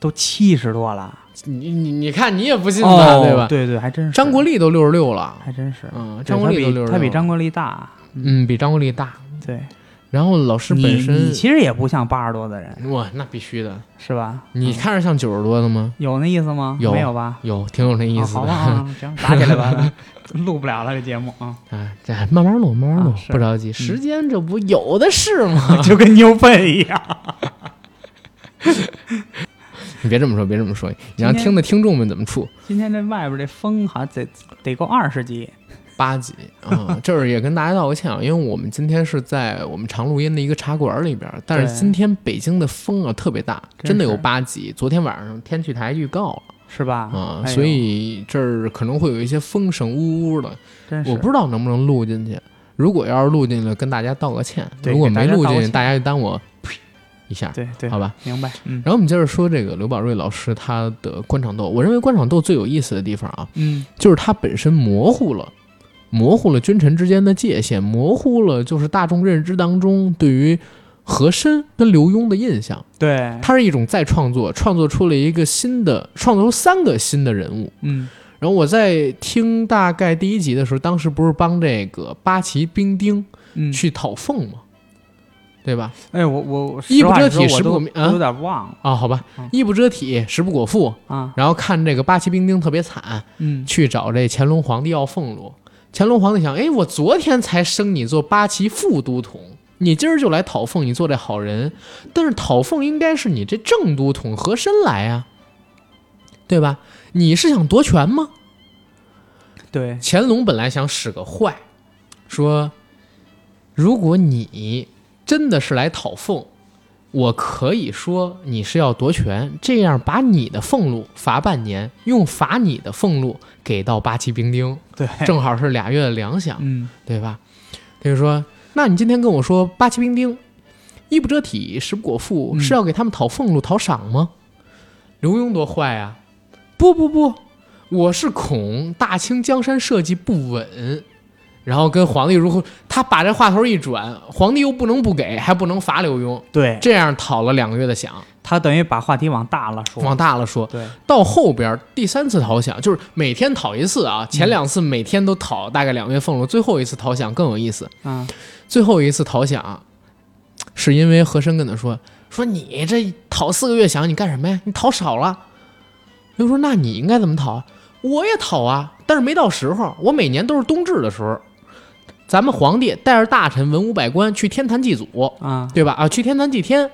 Speaker 2: 都七十多了，
Speaker 1: 你你你看你也不信他、
Speaker 2: 哦，
Speaker 1: 对吧？
Speaker 2: 对对，还真是。
Speaker 1: 张国立都六十六了，
Speaker 2: 还真是，
Speaker 1: 嗯，
Speaker 2: 对
Speaker 1: 张国立都六
Speaker 2: 他比
Speaker 1: 十
Speaker 2: 他比张国立大，
Speaker 1: 嗯比张国立大。
Speaker 2: 对，
Speaker 1: 然后老师
Speaker 2: 你
Speaker 1: 本身
Speaker 2: 你其实也不像八十多的人，
Speaker 1: 哇，那必须的。
Speaker 2: 是吧？
Speaker 1: 你
Speaker 2: 嗯
Speaker 1: 看着像九十多的吗？
Speaker 2: 有那意思吗？
Speaker 1: 有
Speaker 2: 没有吧？
Speaker 1: 有，挺有那意
Speaker 2: 啊
Speaker 1: 思的。
Speaker 2: 好吧， 啊行，打起来吧，咱录不了了这节目啊，
Speaker 1: 啊，这慢慢录，慢慢录
Speaker 2: 啊，是
Speaker 1: 不着急，时间这不有的是吗？
Speaker 2: 就跟牛粪一样。
Speaker 1: 你别这么说，别这么说，你让
Speaker 2: 今天
Speaker 1: 听的听众们怎么处？
Speaker 2: 今天这外边这风好像得得够二十级，
Speaker 1: 八 级啊，这儿也跟大家道个歉啊，因为我们今天是在我们常录音的一个茶馆里边，但是
Speaker 2: 对
Speaker 1: 今天北京的风啊特别大，
Speaker 2: 真
Speaker 1: 真的有
Speaker 2: 是
Speaker 1: 八级。昨天晚上天气台预告了
Speaker 2: 是吧？
Speaker 1: 啊，
Speaker 2: 哎呦
Speaker 1: 所以这儿可能会有一些风声呜呜的，
Speaker 2: 真是
Speaker 1: 我不知道能不能录进去。如果要是录进去，跟大家道个歉；
Speaker 2: 对
Speaker 1: 如果
Speaker 2: 给大
Speaker 1: 没
Speaker 2: 家
Speaker 1: 录
Speaker 2: 道
Speaker 1: 进
Speaker 2: 个
Speaker 1: 去，
Speaker 2: 歉
Speaker 1: 大家就当我 呸一下，
Speaker 2: 对对
Speaker 1: 好，吧？
Speaker 2: 明白， 嗯
Speaker 1: 然后我们接着说这个刘宝瑞老师他的官场斗，我认为官场斗最有意思的地方啊，
Speaker 2: 嗯，
Speaker 1: 就是他本身模糊了，模糊了君臣之间的界限，模糊了就是大众认知当中对于和珅跟刘墉的印象。
Speaker 2: 对，
Speaker 1: 它是一种再创作，创作出了一个新的，创作出三个新的人物。
Speaker 2: 嗯
Speaker 1: 然后我在听大概第一集的时候，当时不是帮这个八旗兵丁
Speaker 2: 嗯，
Speaker 1: 去讨凤吗？对吧？
Speaker 2: 哎，我我我
Speaker 1: 衣不
Speaker 2: 实话
Speaker 1: 遮
Speaker 2: 说
Speaker 1: 体食
Speaker 2: 我
Speaker 1: 不
Speaker 2: 都
Speaker 1: 果啊
Speaker 2: 我有点忘了
Speaker 1: 啊，好吧
Speaker 2: 嗯，
Speaker 1: 衣不遮体，食不果腹，
Speaker 2: 啊，
Speaker 1: 然后看这个八旗兵丁特别惨，
Speaker 2: 嗯，
Speaker 1: 去找这乾隆皇帝要俸禄。乾隆皇帝想，哎，我昨天才升你做八旗副都统，你今儿就来讨俸，你做这好人。但是讨俸应该是你这正都统和珅来啊，对吧？你是想夺权吗？
Speaker 2: 对，
Speaker 1: 乾隆本来想使个坏，说如果你真的是来讨俸，我可以说你是要夺权，这样把你的俸禄罚半年，用罚你的俸禄给到八旗兵丁，
Speaker 2: 对，
Speaker 1: 正好是俩月的粮饷，
Speaker 2: 嗯，
Speaker 1: 对吧？他就说，那你今天跟我说八旗兵丁衣不遮体，食不果腹，
Speaker 2: 嗯
Speaker 1: 是要给他们讨俸禄、讨赏吗？刘墉多坏啊！不不不，我是恐大清江山社稷不稳，然后跟皇帝如何？他把这话头一转，皇帝又不能不给，还不能罚刘墉，
Speaker 2: 对
Speaker 1: 这样讨了两个月的饷。
Speaker 2: 他等于把话题往大了说，
Speaker 1: 往大了说，
Speaker 2: 对，
Speaker 1: 到后边儿第三次讨饷就是每天讨一次啊，前两次每天都讨大概两个月俸禄，最后一次讨饷更有意思。
Speaker 2: 嗯，
Speaker 1: 最后一次啊讨饷，是因为和珅跟他说：“说你这讨四个月饷，你干什么呀？你讨少了。”刘说：“那你应该怎么讨啊？我也讨啊，但是没到时候。我每年都是冬至的时候，咱们皇帝带着大臣、文武百官去天坛祭祖，
Speaker 2: 啊，
Speaker 1: 对吧？啊，去天坛祭天，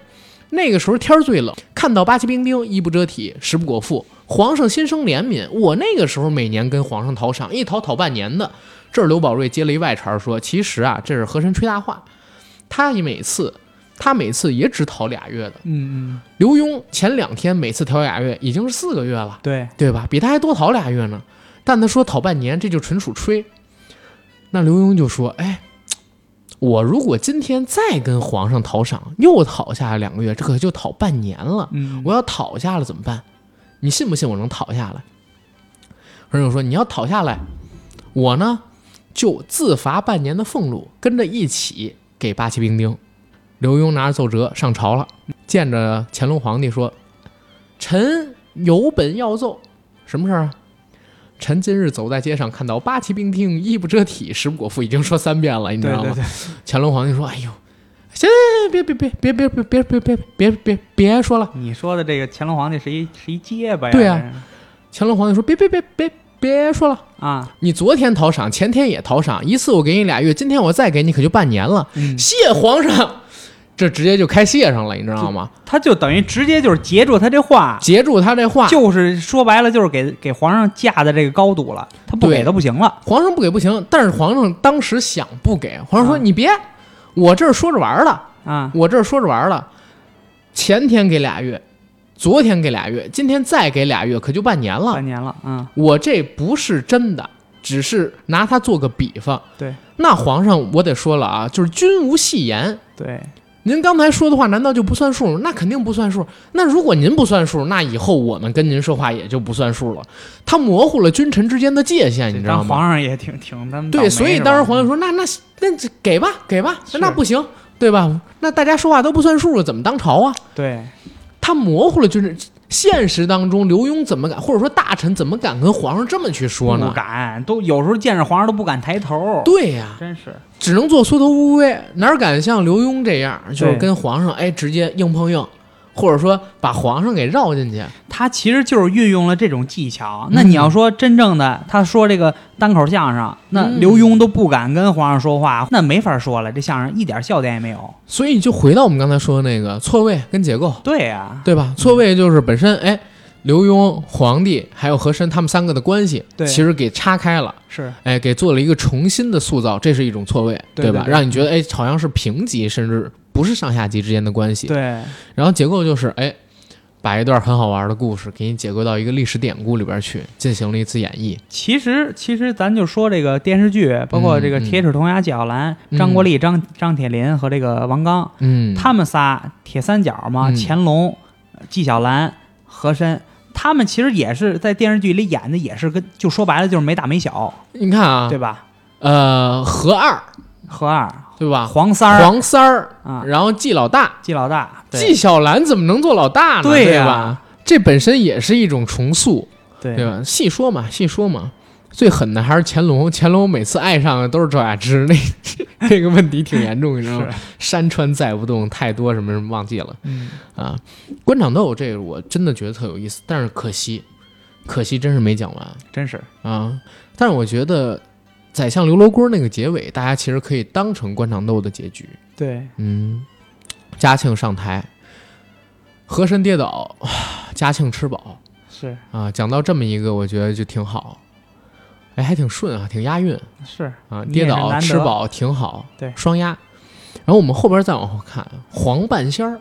Speaker 1: 那个时候天儿最冷，看到八旗兵丁衣不遮体，食不果腹，皇上心生怜悯。我那个时候每年跟皇上讨赏，一讨讨半年的。这儿刘宝瑞接了一外茬儿说，其实啊，这是和珅吹大话，他每次他每次也只讨俩月的。
Speaker 2: 嗯嗯，
Speaker 1: 刘墉前两天每次讨俩月，已经是四个月了。
Speaker 2: 对，
Speaker 1: 对吧？比他还多讨俩月呢。但他说讨半年，这就纯属吹。那刘墉就说：“哎，我如果今天再跟皇上讨赏，又讨下来两个月，这可就讨半年了。
Speaker 2: 嗯，
Speaker 1: 我要讨下来怎么办？你信不信我能讨下来？”和珅就说：“你要讨下来，我呢就自罚半年的俸禄，跟着一起给八旗兵丁。”刘墉拿着奏折上朝了，见着乾隆皇帝说：“臣有本要奏，什么事儿啊？”臣今日走在街上，看到八旗兵丁衣不遮体，食不果腹，已经说三遍了，你知
Speaker 2: 对
Speaker 1: 道吗？
Speaker 2: 对对，
Speaker 1: 乾隆皇帝说：“哎呦，行，别别别别别别别别别别别别说了。”
Speaker 2: 你说的这个乾隆皇帝是一是一结巴呀，
Speaker 1: 对啊乾隆皇帝说：“别别别别别说了，
Speaker 2: 这，啊，
Speaker 1: 你昨天讨赏，前天也讨赏，一次我给你俩月，今天我再给你可就半年了。
Speaker 2: 嗯
Speaker 1: 谢皇上，这直接就开谢上了，你知道吗？
Speaker 2: 他就等于直接就是截住他这话，
Speaker 1: 截住他这话，
Speaker 2: 就是说白了就是给给皇上架的这个高度了，他不
Speaker 1: 对
Speaker 2: 给都不行了，
Speaker 1: 皇上不给不行，但是皇上当时想不给，皇上说：
Speaker 2: 啊
Speaker 1: 你别，我这儿说着玩儿了，
Speaker 2: 啊，
Speaker 1: 我这儿说着玩儿了，前天给俩月，昨天给俩月，今天再给俩月，可就半年了。
Speaker 2: 半年了，嗯，
Speaker 1: 我这不是真的，只是拿它做个比方。
Speaker 2: 对
Speaker 1: 那皇上，我得说了啊，就是君无戏言。
Speaker 2: 对，
Speaker 1: 您刚才说的话，难道就不算数吗？那肯定不算数。那如果您不算数，那以后我们跟您说话也就不算数了。他模糊了君臣之间的界哎限，你
Speaker 2: 这
Speaker 1: 知道
Speaker 2: 当
Speaker 1: 吗？
Speaker 2: 皇上也挺挺他们倒霉
Speaker 1: 对，所以
Speaker 2: 是吧
Speaker 1: 当时皇上说：“那那那这给吧，给吧，
Speaker 2: 是
Speaker 1: 那不行，对吧？那大家说话都不算数了，怎么当朝啊？”
Speaker 2: 对
Speaker 1: 他模糊了君臣。现实当中，刘墉怎么敢，或者说大臣怎么敢跟皇上这么去说
Speaker 2: 不
Speaker 1: 呢？
Speaker 2: 敢，都有时候见着皇上都不敢抬头，
Speaker 1: 对呀、
Speaker 2: 真是
Speaker 1: 只能做缩头乌龟，哪敢像刘墉这样，就是
Speaker 2: 对
Speaker 1: 跟皇上哎直接硬碰硬，或者说把皇上给绕进去。
Speaker 2: 他其实就是运用了这种技巧。
Speaker 1: 嗯
Speaker 2: 那你要说真正的他说这个单口相声，那
Speaker 1: 嗯
Speaker 2: 刘墉都不敢跟皇上说话，那没法说了，这相声一点笑点也没有。
Speaker 1: 所以就回到我们刚才说的那个错位跟解构，
Speaker 2: 对呀、
Speaker 1: 对吧？错位就是本身哎，刘墉、皇帝还有和珅他们三个的关系，
Speaker 2: 对
Speaker 1: 其实给岔开了。
Speaker 2: 是
Speaker 1: 哎，给做了一个重新的塑造，这是一种错位，
Speaker 2: 对
Speaker 1: 吧？
Speaker 2: 对对
Speaker 1: 让你觉得哎，好像是平级，甚至不是上下级之间的关系。
Speaker 2: 对
Speaker 1: 然后结构就是，哎，把一段很好玩的故事给你解构到一个历史典故里边去，进行了一次演绎。
Speaker 2: 其实，其实咱就说这个电视剧，包括这个
Speaker 1: 嗯嗯
Speaker 2: 《铁齿铜牙纪晓岚》
Speaker 1: 嗯
Speaker 2: 张国立、张张铁林和这个王刚，
Speaker 1: 嗯，
Speaker 2: 他们仨铁三角嘛，
Speaker 1: 嗯
Speaker 2: 乾隆、纪晓岚、和珅，他们其实也是在电视剧里演的，也是跟就说白了就是没大没小，
Speaker 1: 你看啊
Speaker 2: 对，吧？
Speaker 1: 呃，何二
Speaker 2: 何二、
Speaker 1: 对吧？
Speaker 2: 黄三儿
Speaker 1: 黄三儿，
Speaker 2: 啊，
Speaker 1: 然后纪老大，
Speaker 2: 纪老大，
Speaker 1: 纪
Speaker 2: 对
Speaker 1: 晓岚怎么能做老大呢？
Speaker 2: 对
Speaker 1: 对
Speaker 2: 呀
Speaker 1: 吧？这本身也是一种重塑，
Speaker 2: 对
Speaker 1: 对吧？细说嘛，细说嘛。最狠的还是乾隆，乾隆每次爱上的都是赵雅芝，那 那个问题挺严重，你知道吗？
Speaker 2: 是，
Speaker 1: 山川载不动，太多什么什么忘记了
Speaker 2: 嗯，
Speaker 1: 啊。官场斗这个我真的觉得特有意思，但是可惜，可惜真是没讲完
Speaker 2: 真是
Speaker 1: 啊。但是我觉得宰相刘罗锅那个结尾，大家其实可以当成官场斗的结局。
Speaker 2: 对，
Speaker 1: 嗯，嘉庆上台，和珅跌倒，嘉庆吃饱，
Speaker 2: 是
Speaker 1: 啊，讲到这么一个，我觉得就挺好，哎，还挺顺啊，挺押韵
Speaker 2: 是，
Speaker 1: 啊，
Speaker 2: 你
Speaker 1: 跌
Speaker 2: 也是
Speaker 1: 倒
Speaker 2: 难
Speaker 1: 吃
Speaker 2: 得
Speaker 1: 饱挺好，
Speaker 2: 对
Speaker 1: 双押。然后我们后边再往后看，黄半仙儿，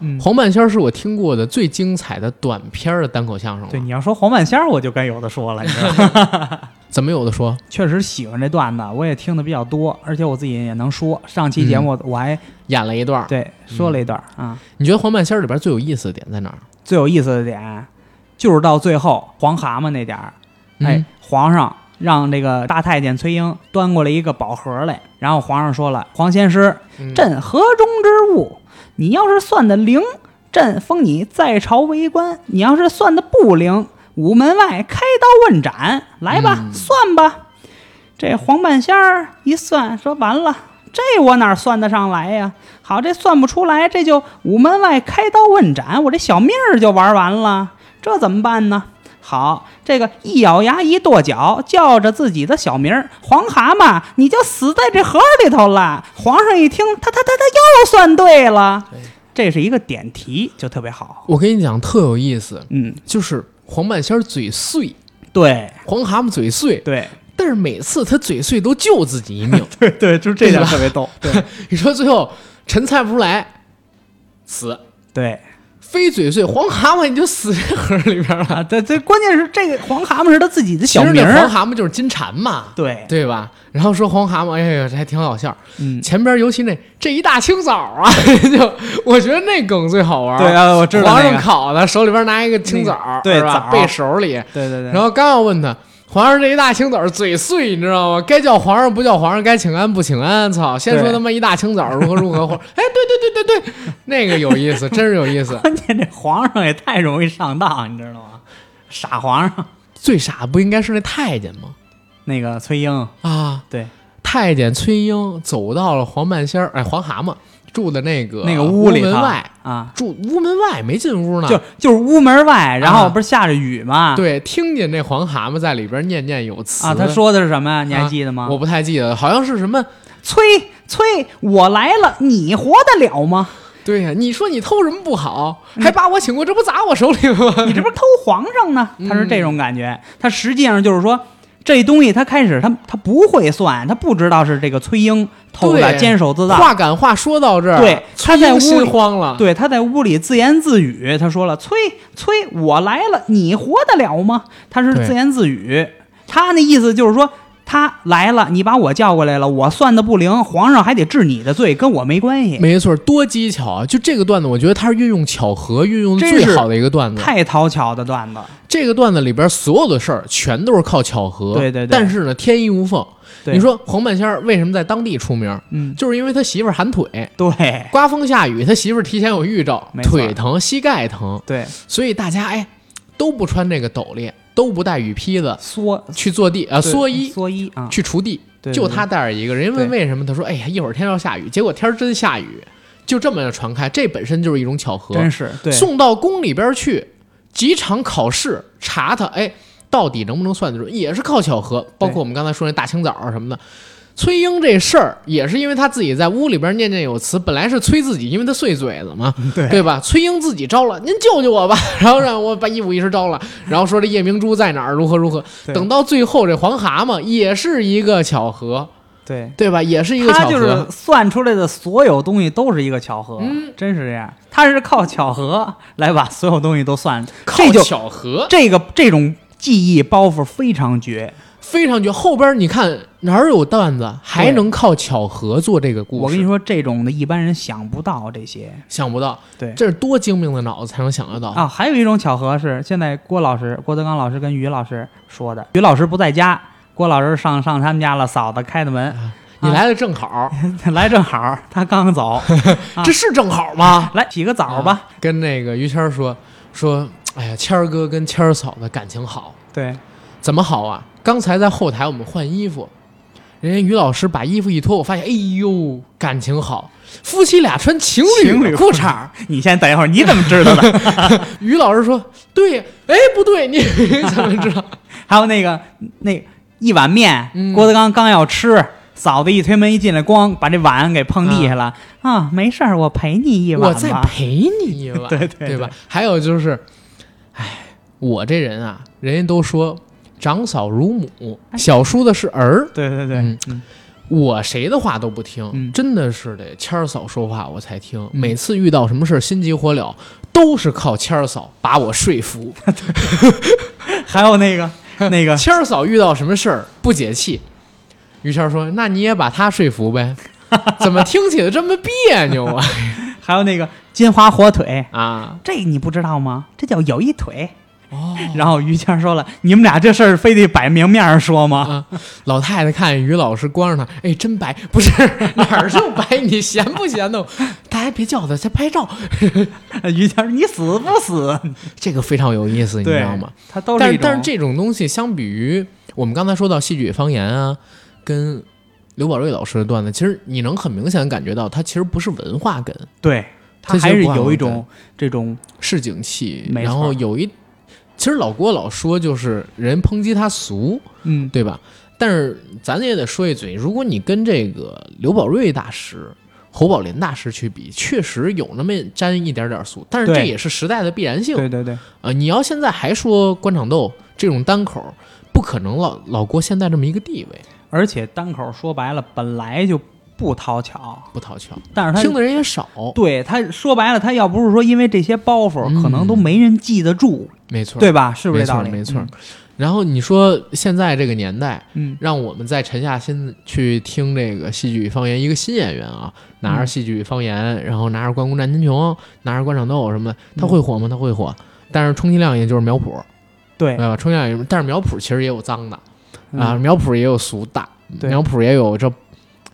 Speaker 2: 嗯，
Speaker 1: 黄半仙儿是我听过的最精彩的短片儿的单口相声
Speaker 2: 对，
Speaker 1: 了。
Speaker 2: 你要说黄半仙儿，我就该有的说了，你知道吗？
Speaker 1: 怎么有的说？
Speaker 2: 确实喜欢这段子，我也听的比较多，而且我自己也能说。上期节目我还、
Speaker 1: 演了一段儿。
Speaker 2: 对说了一段儿啊，
Speaker 1: 你觉得黄半仙儿里边最有意思的点在哪儿？
Speaker 2: 最有意思的点就是到最后黄蛤蟆那点儿，哎，
Speaker 1: 嗯，
Speaker 2: 皇上让这个大太监崔英端过来一个宝盒来，然后皇上说了：“黄仙师，
Speaker 1: 嗯
Speaker 2: 朕河中之物，你要是算的灵，朕封你在朝为官；你要是算的不灵，午门外开刀问斩。来吧，
Speaker 1: 嗯
Speaker 2: 算吧。”这黄半仙儿一算，说完了。这我哪算得上来呀？好，这算不出来，这就午门外开刀问斩，我这小命儿就玩完了，这怎么办呢？好，这个一咬牙一跺脚，叫着自己的小名儿黄蛤蟆，你就死在这盒里头了。皇上一听，他他他他又算对了，这是一个点题，就特别好。
Speaker 1: 我跟你讲，特有意思，
Speaker 2: 嗯，
Speaker 1: 就是黄半仙儿嘴碎，
Speaker 2: 对
Speaker 1: 黄蛤蟆嘴碎，
Speaker 2: 对
Speaker 1: 但是每次他嘴碎都救自己一命。
Speaker 2: 对对，就是
Speaker 1: 这点
Speaker 2: 特别逗。对
Speaker 1: 你说最后陈菜不出来，死。
Speaker 2: 对
Speaker 1: 非嘴碎，黄蛤蟆你就死这盒里边了。
Speaker 2: 啊，对对，关键是这个黄蛤蟆是他自己的
Speaker 1: 其
Speaker 2: 小
Speaker 1: 实
Speaker 2: 名
Speaker 1: 那黄
Speaker 2: 儿。啊
Speaker 1: 蛤蟆就是金蝉嘛，
Speaker 2: 对，
Speaker 1: 啊对吧？然后说黄蛤蟆，哎呀，这还挺好笑。
Speaker 2: 嗯，
Speaker 1: 前边尤其那这一大清早啊， 就我觉得那梗最好玩。
Speaker 2: 对啊，我知道
Speaker 1: 皇
Speaker 2: 那
Speaker 1: 上
Speaker 2: 个。
Speaker 1: 烤的，手里边拿一个清枣，
Speaker 2: 那个对
Speaker 1: 是吧？
Speaker 2: 枣
Speaker 1: 背手里，
Speaker 2: 对对
Speaker 1: 然
Speaker 2: 对，
Speaker 1: 后刚要问他，皇上这一大清早嘴碎，你知道吗？该叫皇上不叫皇上，该请安不请安。操，先说
Speaker 2: 对
Speaker 1: 他妈一大清早如何如何，或者哎，对对对对对，那个有意思，真是有意思。
Speaker 2: 关键这皇上也太容易上当，你知道吗？傻皇上，
Speaker 1: 最傻不应该是那太监吗？
Speaker 2: 那个崔英，
Speaker 1: 啊，
Speaker 2: 对，
Speaker 1: 太监崔英走到了黄半仙儿，哎，黄蛤蟆住的那个
Speaker 2: 那个
Speaker 1: 屋
Speaker 2: 里
Speaker 1: 门
Speaker 2: 头
Speaker 1: 外，
Speaker 2: 啊，
Speaker 1: 住屋门外没进屋呢。
Speaker 2: 就就是屋门外，然
Speaker 1: 啊
Speaker 2: 后不是下着雨吗？
Speaker 1: 对，听见那黄蛤蟆在里边念念有词
Speaker 2: 啊，他说的是什么呀？你还记得吗？
Speaker 1: 我不太记得了，好像是什么？
Speaker 2: 催催，我来了，你活得了吗？
Speaker 1: 对呀、你说你偷什么不好，还把我请过，这不砸我手里吗？
Speaker 2: 嗯 你这不是偷皇上呢？
Speaker 1: 嗯
Speaker 2: 他是这种感觉，他实际上就是说。这东西他开始他他不会算，他不知道是这个崔英偷的，
Speaker 1: 对
Speaker 2: 监守自盗。
Speaker 1: 话赶话说到这儿，
Speaker 2: 对
Speaker 1: 崔
Speaker 2: 他在
Speaker 1: 英
Speaker 2: 屋里
Speaker 1: 心慌了。
Speaker 2: 对，他在屋里自言自语，他说了：“催催，我来了，你活得了吗？”他是
Speaker 1: 对
Speaker 2: 自言自语，他那意思就是说，他来了，你把我叫过来了，我算的不灵，皇上还得治你的罪，跟我没关系。
Speaker 1: 没错，多技巧啊！就这个段子，我觉得它是运用巧合运用得
Speaker 2: 真是
Speaker 1: 最好的一个段子。
Speaker 2: 太讨巧的段子，
Speaker 1: 这个段子里边所有的事儿全都是靠巧合，
Speaker 2: 对对对
Speaker 1: 但是呢，天衣无缝。
Speaker 2: 对
Speaker 1: 你说黄半仙儿为什么在当地出名？
Speaker 2: 嗯，
Speaker 1: 就是因为他媳妇儿寒腿，
Speaker 2: 对
Speaker 1: 刮风下雨，他媳妇儿提前有预兆，
Speaker 2: 没错
Speaker 1: 腿疼、膝盖疼，
Speaker 2: 对，
Speaker 1: 所以大家哎都不穿这个斗笠，都不带雨披子
Speaker 2: 缩
Speaker 1: 去做地呃
Speaker 2: 对
Speaker 1: 蓑衣
Speaker 2: 缩衣啊，
Speaker 1: 去锄地，
Speaker 2: 对
Speaker 1: 就他带着一个人。家问
Speaker 2: 对
Speaker 1: 为什么，他说：“哎呀，一会儿天要下雨，结果天儿真下雨。”就这么传开，这本身就是一种巧合。
Speaker 2: 真是对
Speaker 1: 送到宫里边去，几场考试查他，哎，到底能不能算得准，也是靠巧合。包括我们刚才说那大清早啊什么的，崔英这事儿也是因为他自己在屋里边念念有词，本来是催自己，因为他碎嘴子嘛，
Speaker 2: 对
Speaker 1: 对吧？崔英自己招了，您救救我吧， 然后让我把一五一十招了，然后说这夜明珠在哪儿，如何如何。
Speaker 2: 对
Speaker 1: 等到最后，这黄蛤蟆也是一个巧合，
Speaker 2: 对，
Speaker 1: 对吧？也是一个
Speaker 2: 他
Speaker 1: 巧合。嗯
Speaker 2: 就是算出来的所有东西都是一个巧合，真是这样，他是靠巧合来把所有东西都算，
Speaker 1: 靠
Speaker 2: 这就
Speaker 1: 巧合，
Speaker 2: 这个这种记忆包袱非常绝。
Speaker 1: 非常绝。后边你看哪儿有段子还能靠巧合做这个故事？
Speaker 2: 我跟你说，这种的一般人想不到这些。
Speaker 1: 想不到，
Speaker 2: 对
Speaker 1: 这是多精明的脑子才能想得到。
Speaker 2: 啊，还有一种巧合是，现在郭老师、郭德纲老师跟于老师说的，于老师不在家，郭老师上上他们家了，嫂子开的门，
Speaker 1: 你来的正
Speaker 2: 啊
Speaker 1: 好，
Speaker 2: 来正好，他刚走，啊
Speaker 1: 这是正好吗？
Speaker 2: 来洗个澡吧。
Speaker 1: 啊跟那个于谦儿说说，哎呀，谦儿哥跟谦儿嫂子感情好，
Speaker 2: 对，
Speaker 1: 怎么好啊？刚才在后台我们换衣服，人家于老师把衣服一脱，我发现，哎呦，感情好，夫妻俩穿情
Speaker 2: 情
Speaker 1: 侣
Speaker 2: 侣
Speaker 1: 裤衩儿。
Speaker 2: 你先等一会儿，你怎么知道的？
Speaker 1: 于老师说，对，哎，不对，你 怎么知道？
Speaker 2: 还有那个那一碗面，
Speaker 1: 嗯
Speaker 2: 郭德纲刚要吃。嫂子一推门一进来，咣把这碗给碰地下了啊！没事儿，我陪你一
Speaker 1: 嗯我
Speaker 2: 碗吧。
Speaker 1: 再陪你一晚，
Speaker 2: 对对对
Speaker 1: 吧？还有就是，哎，我这人啊，人家都说长嫂如母，小叔子是儿。
Speaker 2: 对对对，
Speaker 1: 嗯
Speaker 2: 嗯
Speaker 1: 我谁的话都不听，
Speaker 2: 嗯
Speaker 1: 真的是得谦儿嫂说话我才听。每次遇到什么事儿心急火燎，都是靠谦儿嫂把我说服。
Speaker 2: 还有 那个那个，
Speaker 1: 谦儿嫂遇到什么事儿不解气，于谦儿说：“那你也把他说服呗。”怎么听起来这么别扭啊？
Speaker 2: 还有那个金华火腿，
Speaker 1: 啊，
Speaker 2: 这你不知道吗？这叫有一腿。
Speaker 1: 哦，
Speaker 2: 然后于谦说了：“你们俩这事儿非得摆明面儿说吗？”
Speaker 1: 啊，老太太看于老师光着她，哎，真白， 不是哪儿就白，你闲不闲的？大家别叫他，先拍照，
Speaker 2: 于谦说：“你死不死
Speaker 1: 这个非常有意思，？”你知
Speaker 2: 对
Speaker 1: 道吗？？
Speaker 2: 他都
Speaker 1: 但
Speaker 2: 一
Speaker 1: 是
Speaker 2: 哦种
Speaker 1: 但是这种东西，相比于我们刚才说到戏剧与方言啊，跟刘宝瑞老师的段子，其实你能很明显感觉到，它其实不是文化根，
Speaker 2: 对他
Speaker 1: 这些
Speaker 2: 还是
Speaker 1: 不好
Speaker 2: 有一
Speaker 1: 干
Speaker 2: 种这种
Speaker 1: 市井气，
Speaker 2: 没错
Speaker 1: 然后有一，其实老郭老说就是人抨击他俗，
Speaker 2: 嗯
Speaker 1: 对吧？但是咱也得说一嘴，如果你跟这个刘宝瑞大师、侯宝林大师去比，确实有那么沾一点点俗，但是这
Speaker 2: 对
Speaker 1: 也是时代的必然性。
Speaker 2: 对对对
Speaker 1: 呃，你要现在还说官场斗这种单口，不可能老老郭现在这么一个地位，
Speaker 2: 而且单口说白了本来就不讨巧，
Speaker 1: 不讨巧，
Speaker 2: 但是
Speaker 1: 听
Speaker 2: 他
Speaker 1: 的人也少，
Speaker 2: 对他说白了，他要不是说因为这些包袱，可能都没人记得住，
Speaker 1: 没错，
Speaker 2: 对吧？是不是这道理？
Speaker 1: 嗯没错。没错然后你说现在这个年代，
Speaker 2: 嗯，
Speaker 1: 让我们再沉下心去听这个戏剧与方言，一个新演员啊，拿
Speaker 2: 嗯
Speaker 1: 着戏剧与方言，然后拿着关公战秦琼，拿着官场斗什么的，他会火吗？他会火，但是充其量也就是苗圃，
Speaker 2: 嗯对
Speaker 1: 对吧？充其量也就是，但是苗圃其实也有脏的啊，
Speaker 2: 嗯
Speaker 1: 苗圃也有俗的，
Speaker 2: 对
Speaker 1: 苗圃也有这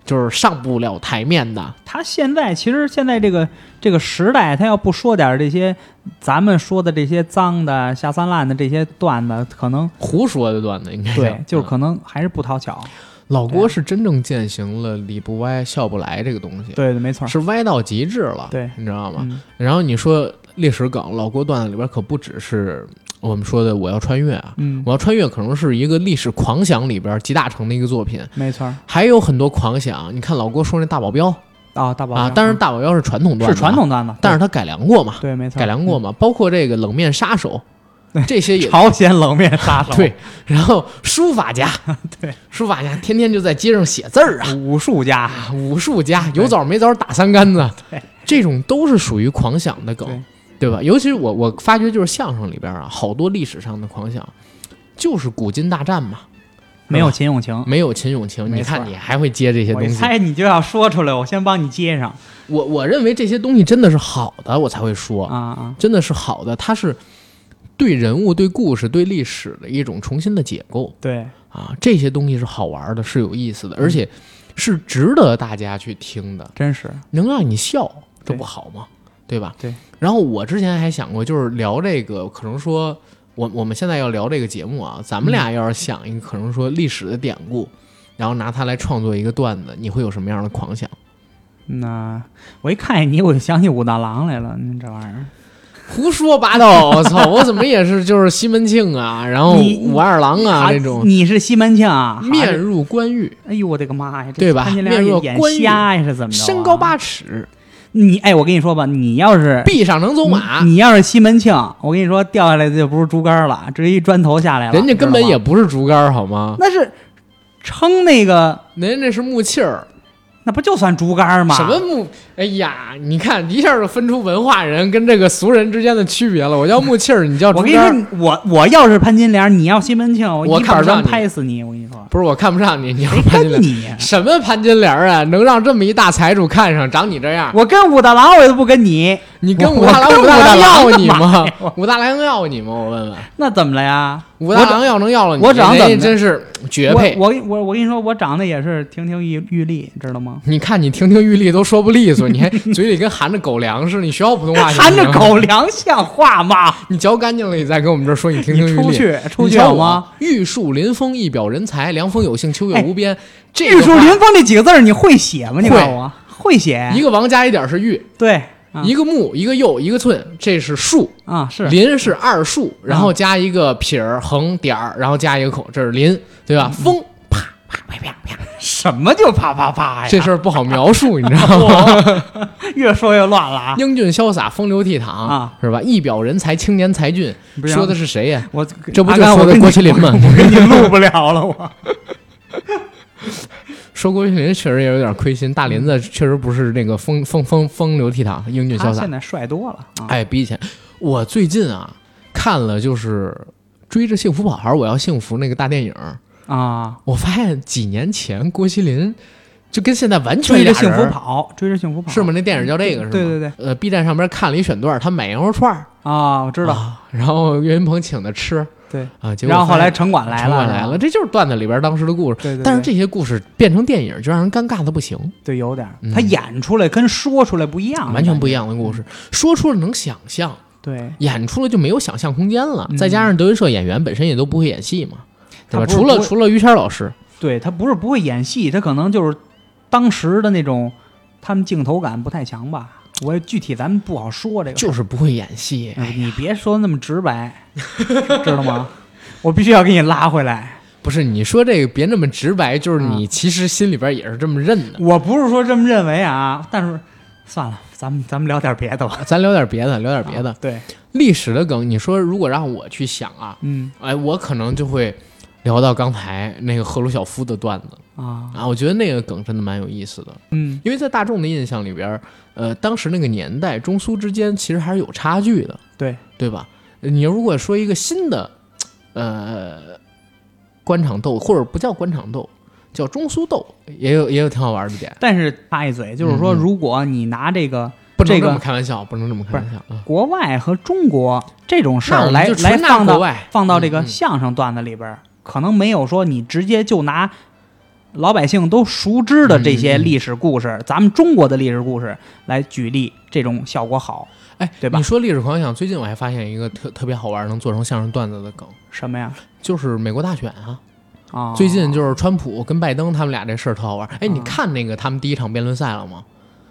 Speaker 1: 就是上不了台面的，
Speaker 2: 他现在其实现在这个这个时代，他要不说点儿这些咱们说的这些脏的、下三滥的这些段子，可能
Speaker 1: 胡说的段子应该叫
Speaker 2: 对，就是
Speaker 1: 嗯
Speaker 2: 可能还是不讨巧。
Speaker 1: 老郭是真正践行了理不歪笑不来这个东西，
Speaker 2: 对对，没错。
Speaker 1: 是歪到极致了，
Speaker 2: 对
Speaker 1: 你知道吗？
Speaker 2: 嗯，
Speaker 1: 然后你说历史梗、老郭段子里边可不只是我们说的我要穿越啊，
Speaker 2: 嗯，
Speaker 1: 我要穿越可能是一个历史狂想里边集大成的一个作品，
Speaker 2: 没错。
Speaker 1: 还有很多狂想。你看老郭说那大保镖
Speaker 2: 啊，大宝
Speaker 1: 啊，当然大保镖是传统段
Speaker 2: 是
Speaker 1: 子，
Speaker 2: 传，统段子，
Speaker 1: 但是他改良过嘛，
Speaker 2: 对，没错，嗯
Speaker 1: 改良过嘛，包括这个冷面杀手，这些也
Speaker 2: 朝鲜冷面杀手，
Speaker 1: 对。然后书法家，
Speaker 2: 对，
Speaker 1: 书法家天天就在街上写字儿啊，
Speaker 2: 武术家，
Speaker 1: 啊武术家有枣没枣打三竿子，
Speaker 2: 对，
Speaker 1: 这种都是属于狂想的梗，对吧？尤其是我我发觉就是相声里边啊，好多历史上的狂想，就是古今大战嘛，
Speaker 2: 没有秦俑情。
Speaker 1: 没有秦俑情，
Speaker 2: 嗯没
Speaker 1: 你
Speaker 2: 错
Speaker 1: 看你还会接嗯这些
Speaker 2: 我
Speaker 1: 东
Speaker 2: 一
Speaker 1: 西。
Speaker 2: 猜你就要说出来，我先帮你接上
Speaker 1: 我我认为这些东西真的是好的，我才会说，
Speaker 2: 啊啊！
Speaker 1: 真的是好的，它是对人物、对故事、对历史的一种重新的解构
Speaker 2: 对，
Speaker 1: 啊，这些东西是好玩的，是有意思的，
Speaker 2: 嗯
Speaker 1: 而且是值得大家去听的。
Speaker 2: 真是
Speaker 1: 能让你笑，这
Speaker 2: 对
Speaker 1: 不好吗？对吧？
Speaker 2: 对。
Speaker 1: 然后我之前还想过，就是聊这个，可能说我我们现在要聊这个节目啊，咱们俩要是想一个可能说历史的典故，然后拿它来创作一个段子，你会有什么样的狂想？
Speaker 2: 那我一看见你，我就想起武大郎来了。你这玩意儿，
Speaker 1: 胡说八 道！我操，我怎么也是就是西门庆啊，然后
Speaker 2: 你
Speaker 1: 武二郎啊
Speaker 2: 啊
Speaker 1: 这种
Speaker 2: 你是西门庆啊？
Speaker 1: 面
Speaker 2: 好
Speaker 1: 入官狱，
Speaker 2: 哎呦我的个妈呀，这
Speaker 1: 对吧
Speaker 2: 潘金莲
Speaker 1: 面若
Speaker 2: 眼
Speaker 1: 观玉
Speaker 2: 瞎呀是怎么着啊？
Speaker 1: 身高八尺，
Speaker 2: 你哎，我跟你说吧，你要是
Speaker 1: 臂上能走马，
Speaker 2: 你你要是西门庆，我跟你说掉下来的就不是竹竿了，直接一砖头下来了。
Speaker 1: 人家根本
Speaker 2: 知道
Speaker 1: 也
Speaker 2: 吗
Speaker 1: 不是竹竿好吗？
Speaker 2: 那是撑那个，
Speaker 1: 人家那是木器儿，
Speaker 2: 那不就算竹竿吗？
Speaker 1: 什么木？哎呀，你看一下就分出文化人跟这个俗人之间的区别了。我叫木气儿，你叫
Speaker 2: 我
Speaker 1: 竹
Speaker 2: 跟你
Speaker 1: 竿
Speaker 2: 说，
Speaker 1: 儿，
Speaker 2: 你我我要是潘金莲，你要西门庆，
Speaker 1: 我看
Speaker 2: 一
Speaker 1: 不
Speaker 2: 板砖
Speaker 1: 上你
Speaker 2: 拍死你！我跟你说，
Speaker 1: 不是我看不上你，你要
Speaker 2: 谁
Speaker 1: 潘金
Speaker 2: 跟
Speaker 1: 莲？
Speaker 2: 哎你？
Speaker 1: 什么潘金莲啊？能让这么一大财主看上，长你这样，
Speaker 2: 我跟武大郎，我也不跟你，
Speaker 1: 你跟
Speaker 2: 我
Speaker 1: 武大
Speaker 2: 我
Speaker 1: 郎，
Speaker 2: 跟
Speaker 1: 武大
Speaker 2: 武大
Speaker 1: 郎
Speaker 2: 郎
Speaker 1: 要你吗
Speaker 2: 干嘛呀？
Speaker 1: 武大郎要你吗？我问问，
Speaker 2: 那怎么了呀？
Speaker 1: 武大郎要能要了你，
Speaker 2: 我长
Speaker 1: 人
Speaker 2: 怎
Speaker 1: 家
Speaker 2: 么的
Speaker 1: 真是绝
Speaker 2: 我
Speaker 1: 配。
Speaker 2: 我我我跟你说，我长得也是亭亭玉玉立，知道吗？
Speaker 1: 你看你亭亭玉立都说不利索，你还 嘴里跟含着狗粮似的，你学好普通话行
Speaker 2: 含
Speaker 1: 不
Speaker 2: 着
Speaker 1: 行，
Speaker 2: 狗粮像话吗？
Speaker 1: 你嚼干净了，你再跟我们这儿说你亭亭
Speaker 2: 你
Speaker 1: 玉
Speaker 2: 出
Speaker 1: 立。
Speaker 2: 去出
Speaker 1: 你
Speaker 2: 去
Speaker 1: 瞧
Speaker 2: 好
Speaker 1: 我
Speaker 2: 吗？？
Speaker 1: 玉树临风，一表人才，凉风有幸，秋月
Speaker 2: 哎
Speaker 1: 无边。这
Speaker 2: 玉
Speaker 1: 个
Speaker 2: 树
Speaker 1: 话
Speaker 2: 临风这几个字儿你会写吗？你
Speaker 1: 会
Speaker 2: 告诉我，会写。
Speaker 1: 一个王加一点是玉，
Speaker 2: 对，啊
Speaker 1: 一个木，一个又，一个寸，这是树。
Speaker 2: 啊是嗯
Speaker 1: 林是二竖，然后加一个撇儿、横点儿，然后加一个口，这是林，对
Speaker 2: 嗯
Speaker 1: 吧？风，啪啪啪啪啪，
Speaker 2: 什么就啪啪哎啪呀？
Speaker 1: 这事儿不好描 述，你知道吗？
Speaker 2: 越说越乱了啊！
Speaker 1: 英俊潇洒，风流倜傥，
Speaker 2: 啊
Speaker 1: 是吧？一表人才，青年才俊，
Speaker 2: 不行
Speaker 1: 说的是谁呀？
Speaker 2: 我
Speaker 1: 这不
Speaker 2: 阿
Speaker 1: 就
Speaker 2: 甘
Speaker 1: 说
Speaker 2: 我
Speaker 1: 的
Speaker 2: 跟
Speaker 1: 郭
Speaker 2: 你
Speaker 1: 麒麟吗？
Speaker 2: 我跟你录不了了，我
Speaker 1: 说郭麒麟确实也有点亏心，大林子确实不是那个风风风风流倜傥、英俊
Speaker 2: 他
Speaker 1: 潇洒
Speaker 2: 现，在帅多了啊！
Speaker 1: 哎，比以前我最近啊看了就是追着幸福跑孩儿，我要幸福那个大电影，
Speaker 2: 啊，
Speaker 1: 我发现几年前郭麒麟就跟现在完全
Speaker 2: 追着
Speaker 1: 俩
Speaker 2: 幸
Speaker 1: 人
Speaker 2: 福
Speaker 1: 儿
Speaker 2: 跑，追着幸福跑
Speaker 1: 是吗？？那电影叫这个是吗？
Speaker 2: 对对对
Speaker 1: 呃，B 站上边看了一选段，他买羊肉串儿，
Speaker 2: 啊，我知道。
Speaker 1: 啊然后岳云鹏请他吃
Speaker 2: 对，
Speaker 1: 啊，结果
Speaker 2: 然后后来
Speaker 1: 发
Speaker 2: 城管
Speaker 1: 现
Speaker 2: 来
Speaker 1: 城
Speaker 2: 了，
Speaker 1: 管来
Speaker 2: 是吧
Speaker 1: 了，。这就是段子里边当时的故事。
Speaker 2: 对对对，
Speaker 1: 但是这些故事变成电影，就让人尴尬的不行，
Speaker 2: 对有点儿
Speaker 1: 嗯，
Speaker 2: 他演出来跟说出来不一样，
Speaker 1: 完全不一样的
Speaker 2: 嗯
Speaker 1: 故事，说出了能想象，
Speaker 2: 对。
Speaker 1: 演出了就没有想象空间了。
Speaker 2: 嗯
Speaker 1: 再加上德云社演员本身也都不会演戏嘛，对吧？
Speaker 2: 他不是
Speaker 1: 除了
Speaker 2: 不会
Speaker 1: 除了于谦老师，
Speaker 2: 对他不是不会演戏，他可能就是当时的那种，他们镜头感不太强吧。我也具体咱们不好说这个事儿，
Speaker 1: 就是不会演戏。嗯
Speaker 2: 哎你别说那么直白，知道吗？我必须要给你拉回来。
Speaker 1: 不是你说这个别那么直白，就是你其实心里边也是这么认的。
Speaker 2: 我不是说这么认为啊，但是算了，咱们咱们聊点别的吧。
Speaker 1: 咱聊点别的，聊点别的
Speaker 2: 啊，对，
Speaker 1: 历史的梗。你说如果让我去想啊，
Speaker 2: 嗯
Speaker 1: 哎，我可能就会聊到刚才那个赫鲁晓夫的段子
Speaker 2: 啊，
Speaker 1: 啊，我觉得那个梗真的蛮有意思的。
Speaker 2: 嗯，
Speaker 1: 因为在大众的印象里边儿，呃，当时那个年代，中苏之间其实还是有差距的，
Speaker 2: 对
Speaker 1: 对吧？你如果说一个新的，呃，官场斗，或者不叫官场斗，叫中苏斗，也有也有挺好玩的点，
Speaker 2: 但是插一嘴，就是说，
Speaker 1: 嗯嗯
Speaker 2: 如果你拿这个
Speaker 1: 不能
Speaker 2: 这个
Speaker 1: 这么开玩笑，不能这么开玩笑啊。
Speaker 2: 国外和中国这种事
Speaker 1: 那我
Speaker 2: 儿
Speaker 1: 们
Speaker 2: 来
Speaker 1: 就
Speaker 2: 来
Speaker 1: 纯拿
Speaker 2: 放
Speaker 1: 国
Speaker 2: 到
Speaker 1: 外，
Speaker 2: 放到这
Speaker 1: 嗯
Speaker 2: 个
Speaker 1: 嗯
Speaker 2: 相声段子里边儿，可能没有说你直接就拿老百姓都熟知的这些
Speaker 1: 嗯嗯嗯
Speaker 2: 历史故事，咱们中国的历史故事来举例，这种效果好。
Speaker 1: 哎，
Speaker 2: 对吧
Speaker 1: 你说历史狂想，最近我还发现一个特特别好玩，能做成相声段子的梗，
Speaker 2: 什么呀？
Speaker 1: 就是美国大选啊。
Speaker 2: 啊，
Speaker 1: 最近就是川普跟拜登他们俩这事儿特好玩。哎，你
Speaker 2: 啊
Speaker 1: 看那个他们第一场辩论赛了吗？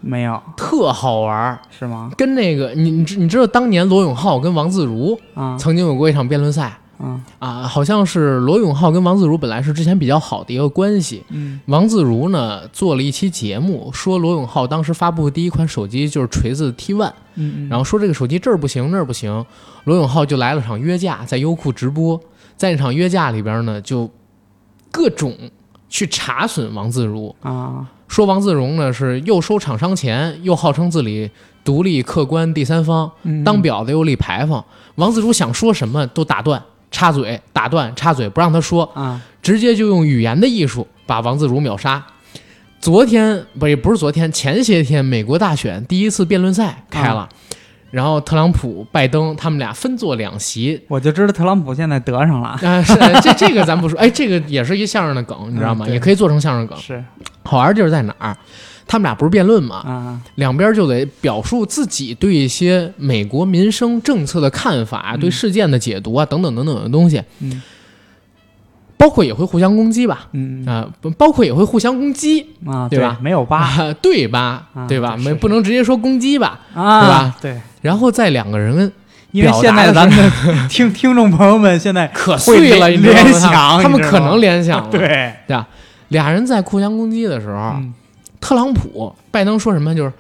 Speaker 2: 没有
Speaker 1: 特好玩儿。
Speaker 2: 是吗？
Speaker 1: 跟那个你你知你知道当年罗永浩跟王自如
Speaker 2: 啊
Speaker 1: 曾经有过一场辩论赛
Speaker 2: 啊
Speaker 1: 啊，好像是罗永浩跟王自如本来是之前比较好的一个关系。
Speaker 2: 嗯
Speaker 1: 王自如呢做了一期节目，说罗永浩当时发布的第一款手机就是锤子 T One，
Speaker 2: 嗯，
Speaker 1: 然后说这个手机这儿不行那儿不行，罗永浩就来了场约架，在优酷直播，在那场约架里边呢就各种去查损王自如，
Speaker 2: 后啊
Speaker 1: 说王自如呢是又收厂商钱，又号称自己独立客观第三方。
Speaker 2: 嗯
Speaker 1: 当婊子又立牌坊。王自如想说什么都打断、插嘴、打断、插嘴，不让他说，
Speaker 2: 啊
Speaker 1: 直接就用语言的艺术把王自如秒杀。昨天不也不是昨天，前些天美国大选第一次辩论赛开
Speaker 2: 啊
Speaker 1: 了，然后特朗普、拜登他们俩分坐两席。
Speaker 2: 我就知道特朗普现在得上了，
Speaker 1: 啊、是这这个咱不说，哎，这个也是一相声的梗，你知道吗？
Speaker 2: 嗯对
Speaker 1: 也可以做成相声梗。
Speaker 2: 是
Speaker 1: 好玩的地儿在哪儿？他们俩不是辩论吗？
Speaker 2: 啊
Speaker 1: 两边就得表述自己对一些美国民生政策的看法、
Speaker 2: 嗯
Speaker 1: 对事件的解读啊，等等等等的东西，
Speaker 2: 嗯
Speaker 1: 包括也会互相攻击吧，
Speaker 2: 嗯
Speaker 1: 啊、不包括也会互相攻击，
Speaker 2: 啊
Speaker 1: 对吧
Speaker 2: 没有八
Speaker 1: 啊，对吧？
Speaker 2: 啊
Speaker 1: 对吧？
Speaker 2: 是
Speaker 1: 没
Speaker 2: 是
Speaker 1: 不能直接说攻击吧。
Speaker 2: 啊对，
Speaker 1: 然后在两个人
Speaker 2: 因为现在
Speaker 1: 表达
Speaker 2: 咱
Speaker 1: 的
Speaker 2: 们 的听听众朋友们现在
Speaker 1: 可碎了，
Speaker 2: 会
Speaker 1: 你知道吗
Speaker 2: 联想
Speaker 1: 他们
Speaker 2: 你知道吗
Speaker 1: 可能联想了，啊
Speaker 2: 对
Speaker 1: 对吧？俩人在互相攻击的时候，
Speaker 2: 嗯
Speaker 1: 特朗普、拜登说什么？就是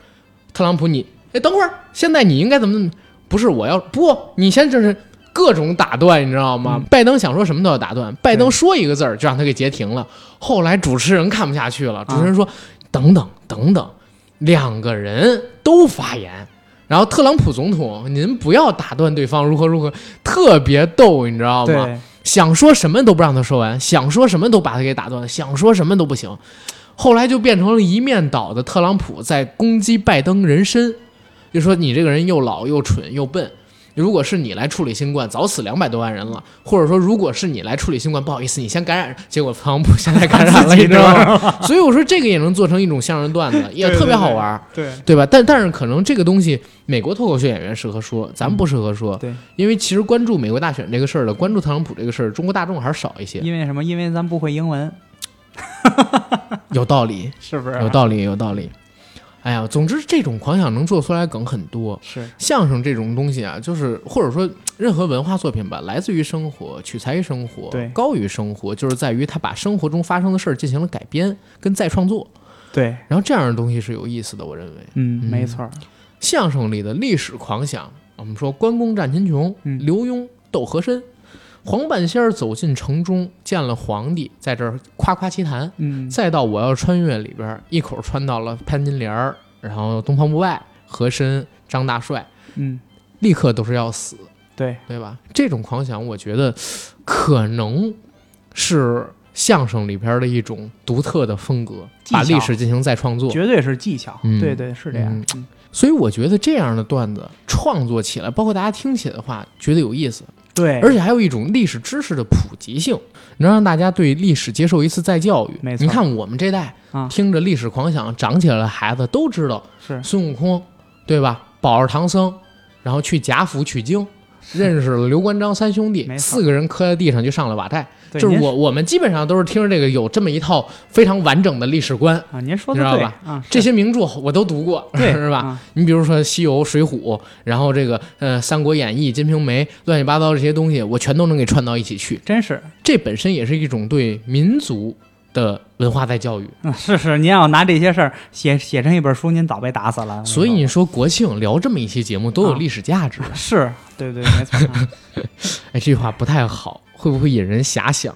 Speaker 1: 特朗普你，哎，等会儿，现在你应该怎么怎么？不是我要不，你先就是各种打断，你知道吗？
Speaker 2: 嗯
Speaker 1: 拜登想说什么都要打断，拜登说一个字儿就让他给截停了。后来主持人看不下去
Speaker 2: 啊
Speaker 1: 了，主持人说：“等等等等，两个人都发言。”然后特朗普总统，您不要打断对方，如何如何，特别逗，你知道吗？
Speaker 2: 对
Speaker 1: 想说什么都不让他说完，想说什么都把他给打断，想说什么都不行。后来就变成了一面倒的特朗普在攻击拜登人身，就说你这个人又老又蠢又笨。如果是你来处理新冠，早死两百多万人了。或者说，如果是你来处理新冠，不好意思，你先感染。结果特朗普现在感染了，
Speaker 2: 自己
Speaker 1: 你知 道吗？所以我说这个也能做成一种相声段子，也
Speaker 2: 对
Speaker 1: 特别好玩儿，
Speaker 2: 对
Speaker 1: 对吧？但但是可能这个东西，美国脱口秀演员适合说，咱们不适合说。
Speaker 2: 对，
Speaker 1: 因为其实关注美国大选这个事儿的，关注特朗普这个事儿，中国大众还是少一些。
Speaker 2: 因为什么？因为咱不会英文，
Speaker 1: 有道理，
Speaker 2: 是不是？啊
Speaker 1: 有道理，有道理。哎呀，总之这种狂想能做出来的梗很多。
Speaker 2: 是，
Speaker 1: 相声这种东西啊，就是或者说任何文化作品吧，来自于生活，取材于生活
Speaker 2: 对，
Speaker 1: 高于生活，就是在于它把生活中发生的事儿进行了改编跟再创作。
Speaker 2: 对，
Speaker 1: 然后这样的东西是有意思的，我认为。
Speaker 2: 嗯，
Speaker 1: 嗯
Speaker 2: 没错儿，
Speaker 1: 相声里的历史狂想，我们说关公战秦琼，
Speaker 2: 嗯
Speaker 1: 刘墉斗和珅，黄半仙儿走进城中，见了皇帝，在这儿夸夸其谈。
Speaker 2: 嗯，
Speaker 1: 再到我要穿越里边儿，一口穿到了潘金莲儿，然后东方不败、和珅、张大帅，
Speaker 2: 嗯，
Speaker 1: 立刻都是要死，
Speaker 2: 对，
Speaker 1: 对吧？这种狂想，我觉得可能是相声里边儿的一种独特的风格，
Speaker 2: 技巧
Speaker 1: 把历史进行再创作。
Speaker 2: 绝对是技巧，
Speaker 1: 嗯
Speaker 2: 对对是这样，嗯
Speaker 1: 所以我觉得这样的段子创作起来，包括大家听起来的话，觉得有意思，
Speaker 2: 对，
Speaker 1: 而且还有一种历史知识的普及性，能让大家对历史接受一次再教育。
Speaker 2: 没错
Speaker 1: 你看我们这代、
Speaker 2: 啊
Speaker 1: 听着历史狂想长起来的孩子都知道
Speaker 2: 是
Speaker 1: 孙悟空，对吧？保着唐僧，然后去贾府取经，认识了刘关张三兄弟
Speaker 2: 没，错
Speaker 1: 四个人磕在地上就上了瓦寨。
Speaker 2: 对
Speaker 1: 就是
Speaker 2: 您
Speaker 1: 我我们基本上都是听着这个有这么一套非常完整的历史观，
Speaker 2: 啊，您说
Speaker 1: 你
Speaker 2: 的
Speaker 1: 知道
Speaker 2: 对
Speaker 1: 吧
Speaker 2: 啊，
Speaker 1: 这
Speaker 2: 是
Speaker 1: 些名著我都读过，
Speaker 2: 对
Speaker 1: 是吧？
Speaker 2: 啊
Speaker 1: 你比如说《西游》《水浒》，然后这个呃《三国演义》《金瓶梅》，乱七八糟这些东西，我全都能给串到一起去。
Speaker 2: 真是，
Speaker 1: 这本身也是一种对民族的文化在教育。
Speaker 2: 嗯是是，您要拿这些事儿写写成一本书，您早被打死了。
Speaker 1: 所以你说国庆聊这么一期节目多有
Speaker 2: 啊
Speaker 1: 历史价值？
Speaker 2: 是对对，没错，啊
Speaker 1: 哎，这句话不太好，会不会引人遐想？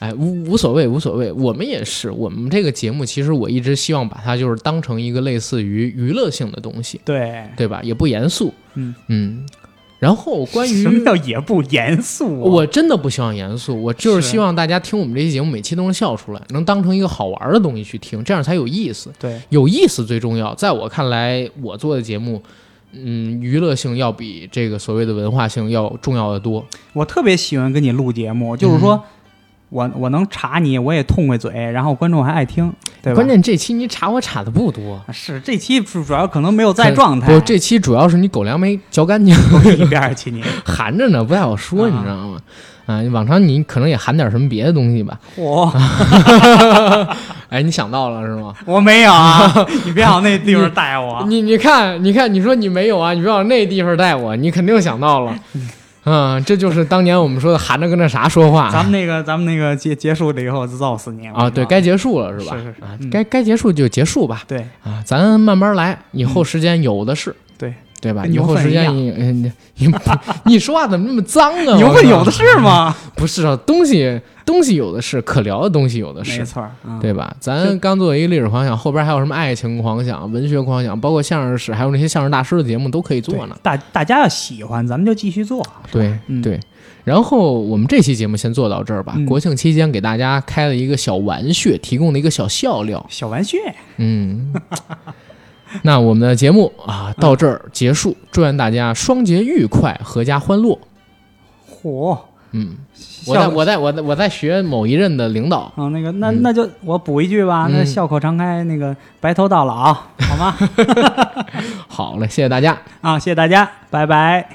Speaker 1: 哎，无无所谓，无所谓。我们也是，我们这个节目其实我一直希望把它就是当成一个类似于娱乐性的东西，
Speaker 2: 对，
Speaker 1: 对吧？也不严肃。
Speaker 2: 嗯
Speaker 1: 嗯。然后 关于
Speaker 2: 什么叫也不严肃啊？
Speaker 1: 我真的不希望严肃，我就是
Speaker 2: 是
Speaker 1: 希望大家听我们这期节目，每期都能笑出来，能当成一个好玩的东西去听，这样才有意思。
Speaker 2: 对
Speaker 1: 有意思最重要，在我看来，我做的节目，嗯，娱乐性要比这个所谓的文化性要重要的多。
Speaker 2: 我特别喜欢跟你录节目，就是
Speaker 1: 嗯
Speaker 2: 说。我我能查你，我也痛快嘴，然后观众还爱听，对吧？啊
Speaker 1: 关键这期你查我查的不多，
Speaker 2: 是这期主主要可能没有在状态，
Speaker 1: 不，这期主要是你狗粮没嚼干净，
Speaker 2: 都一边儿 去你，
Speaker 1: 含着呢，不太好说，
Speaker 2: 啊
Speaker 1: 你知道吗？啊，往常你可能也含点什么别的东西吧？
Speaker 2: 我
Speaker 1: 哎，你想到了是吗？
Speaker 2: 我没 有啊，你别往那地方带我。
Speaker 1: 你你看，你看，你说你没有啊？你别往那地方带我，你肯定想到
Speaker 2: 哎
Speaker 1: 了。嗯，这就是当年我们说的含着跟那啥说话
Speaker 2: 咱们那个，咱们那个结结束了以后，就揍死你
Speaker 1: 啊，对该结束了
Speaker 2: 是
Speaker 1: 是吧？
Speaker 2: 是是
Speaker 1: 啊
Speaker 2: 嗯，
Speaker 1: 该该结束就结束吧。
Speaker 2: 对
Speaker 1: 啊，咱慢慢来，以后时间有的是，
Speaker 2: 嗯对，
Speaker 1: 对吧？
Speaker 2: 跟
Speaker 1: 以
Speaker 2: 牛
Speaker 1: 后
Speaker 2: 粪
Speaker 1: 时
Speaker 2: 一
Speaker 1: 间
Speaker 2: 样
Speaker 1: 你你你 不你说话怎么那么脏啊？
Speaker 2: 牛
Speaker 1: 我
Speaker 2: 粪
Speaker 1: 操
Speaker 2: 有的是吗？
Speaker 1: 不是啊，东西东西有的是，可聊的东西有的
Speaker 2: 没
Speaker 1: 是。
Speaker 2: 错儿，嗯
Speaker 1: 对吧？咱刚做一个历史狂想，后边还有什么爱情狂想、文学狂想，包括相声史，还有那些相声大师的节目都可以做
Speaker 2: 对
Speaker 1: 呢。
Speaker 2: 大大家要喜欢，咱们就继续做。
Speaker 1: 对、
Speaker 2: 嗯
Speaker 1: 对，然后我们这期节目先做到这儿吧。
Speaker 2: 嗯
Speaker 1: 国庆期间给大家开了一个小玩穴，提供了一个小笑料。
Speaker 2: 小玩具，
Speaker 1: 嗯， 那我们的节目啊到这儿结束，祝愿大家双节愉快，阖家欢乐。
Speaker 2: 嚯！
Speaker 1: 嗯，我在
Speaker 2: 笑
Speaker 1: 我在我在我在学某一任的领导，
Speaker 2: 啊，那个，那
Speaker 1: 嗯
Speaker 2: 那就我补一句吧，那
Speaker 1: 嗯
Speaker 2: 笑口常开，那个白头到老，好吗？
Speaker 1: 好嘞，谢谢大家。
Speaker 2: 啊，谢谢大家，拜拜。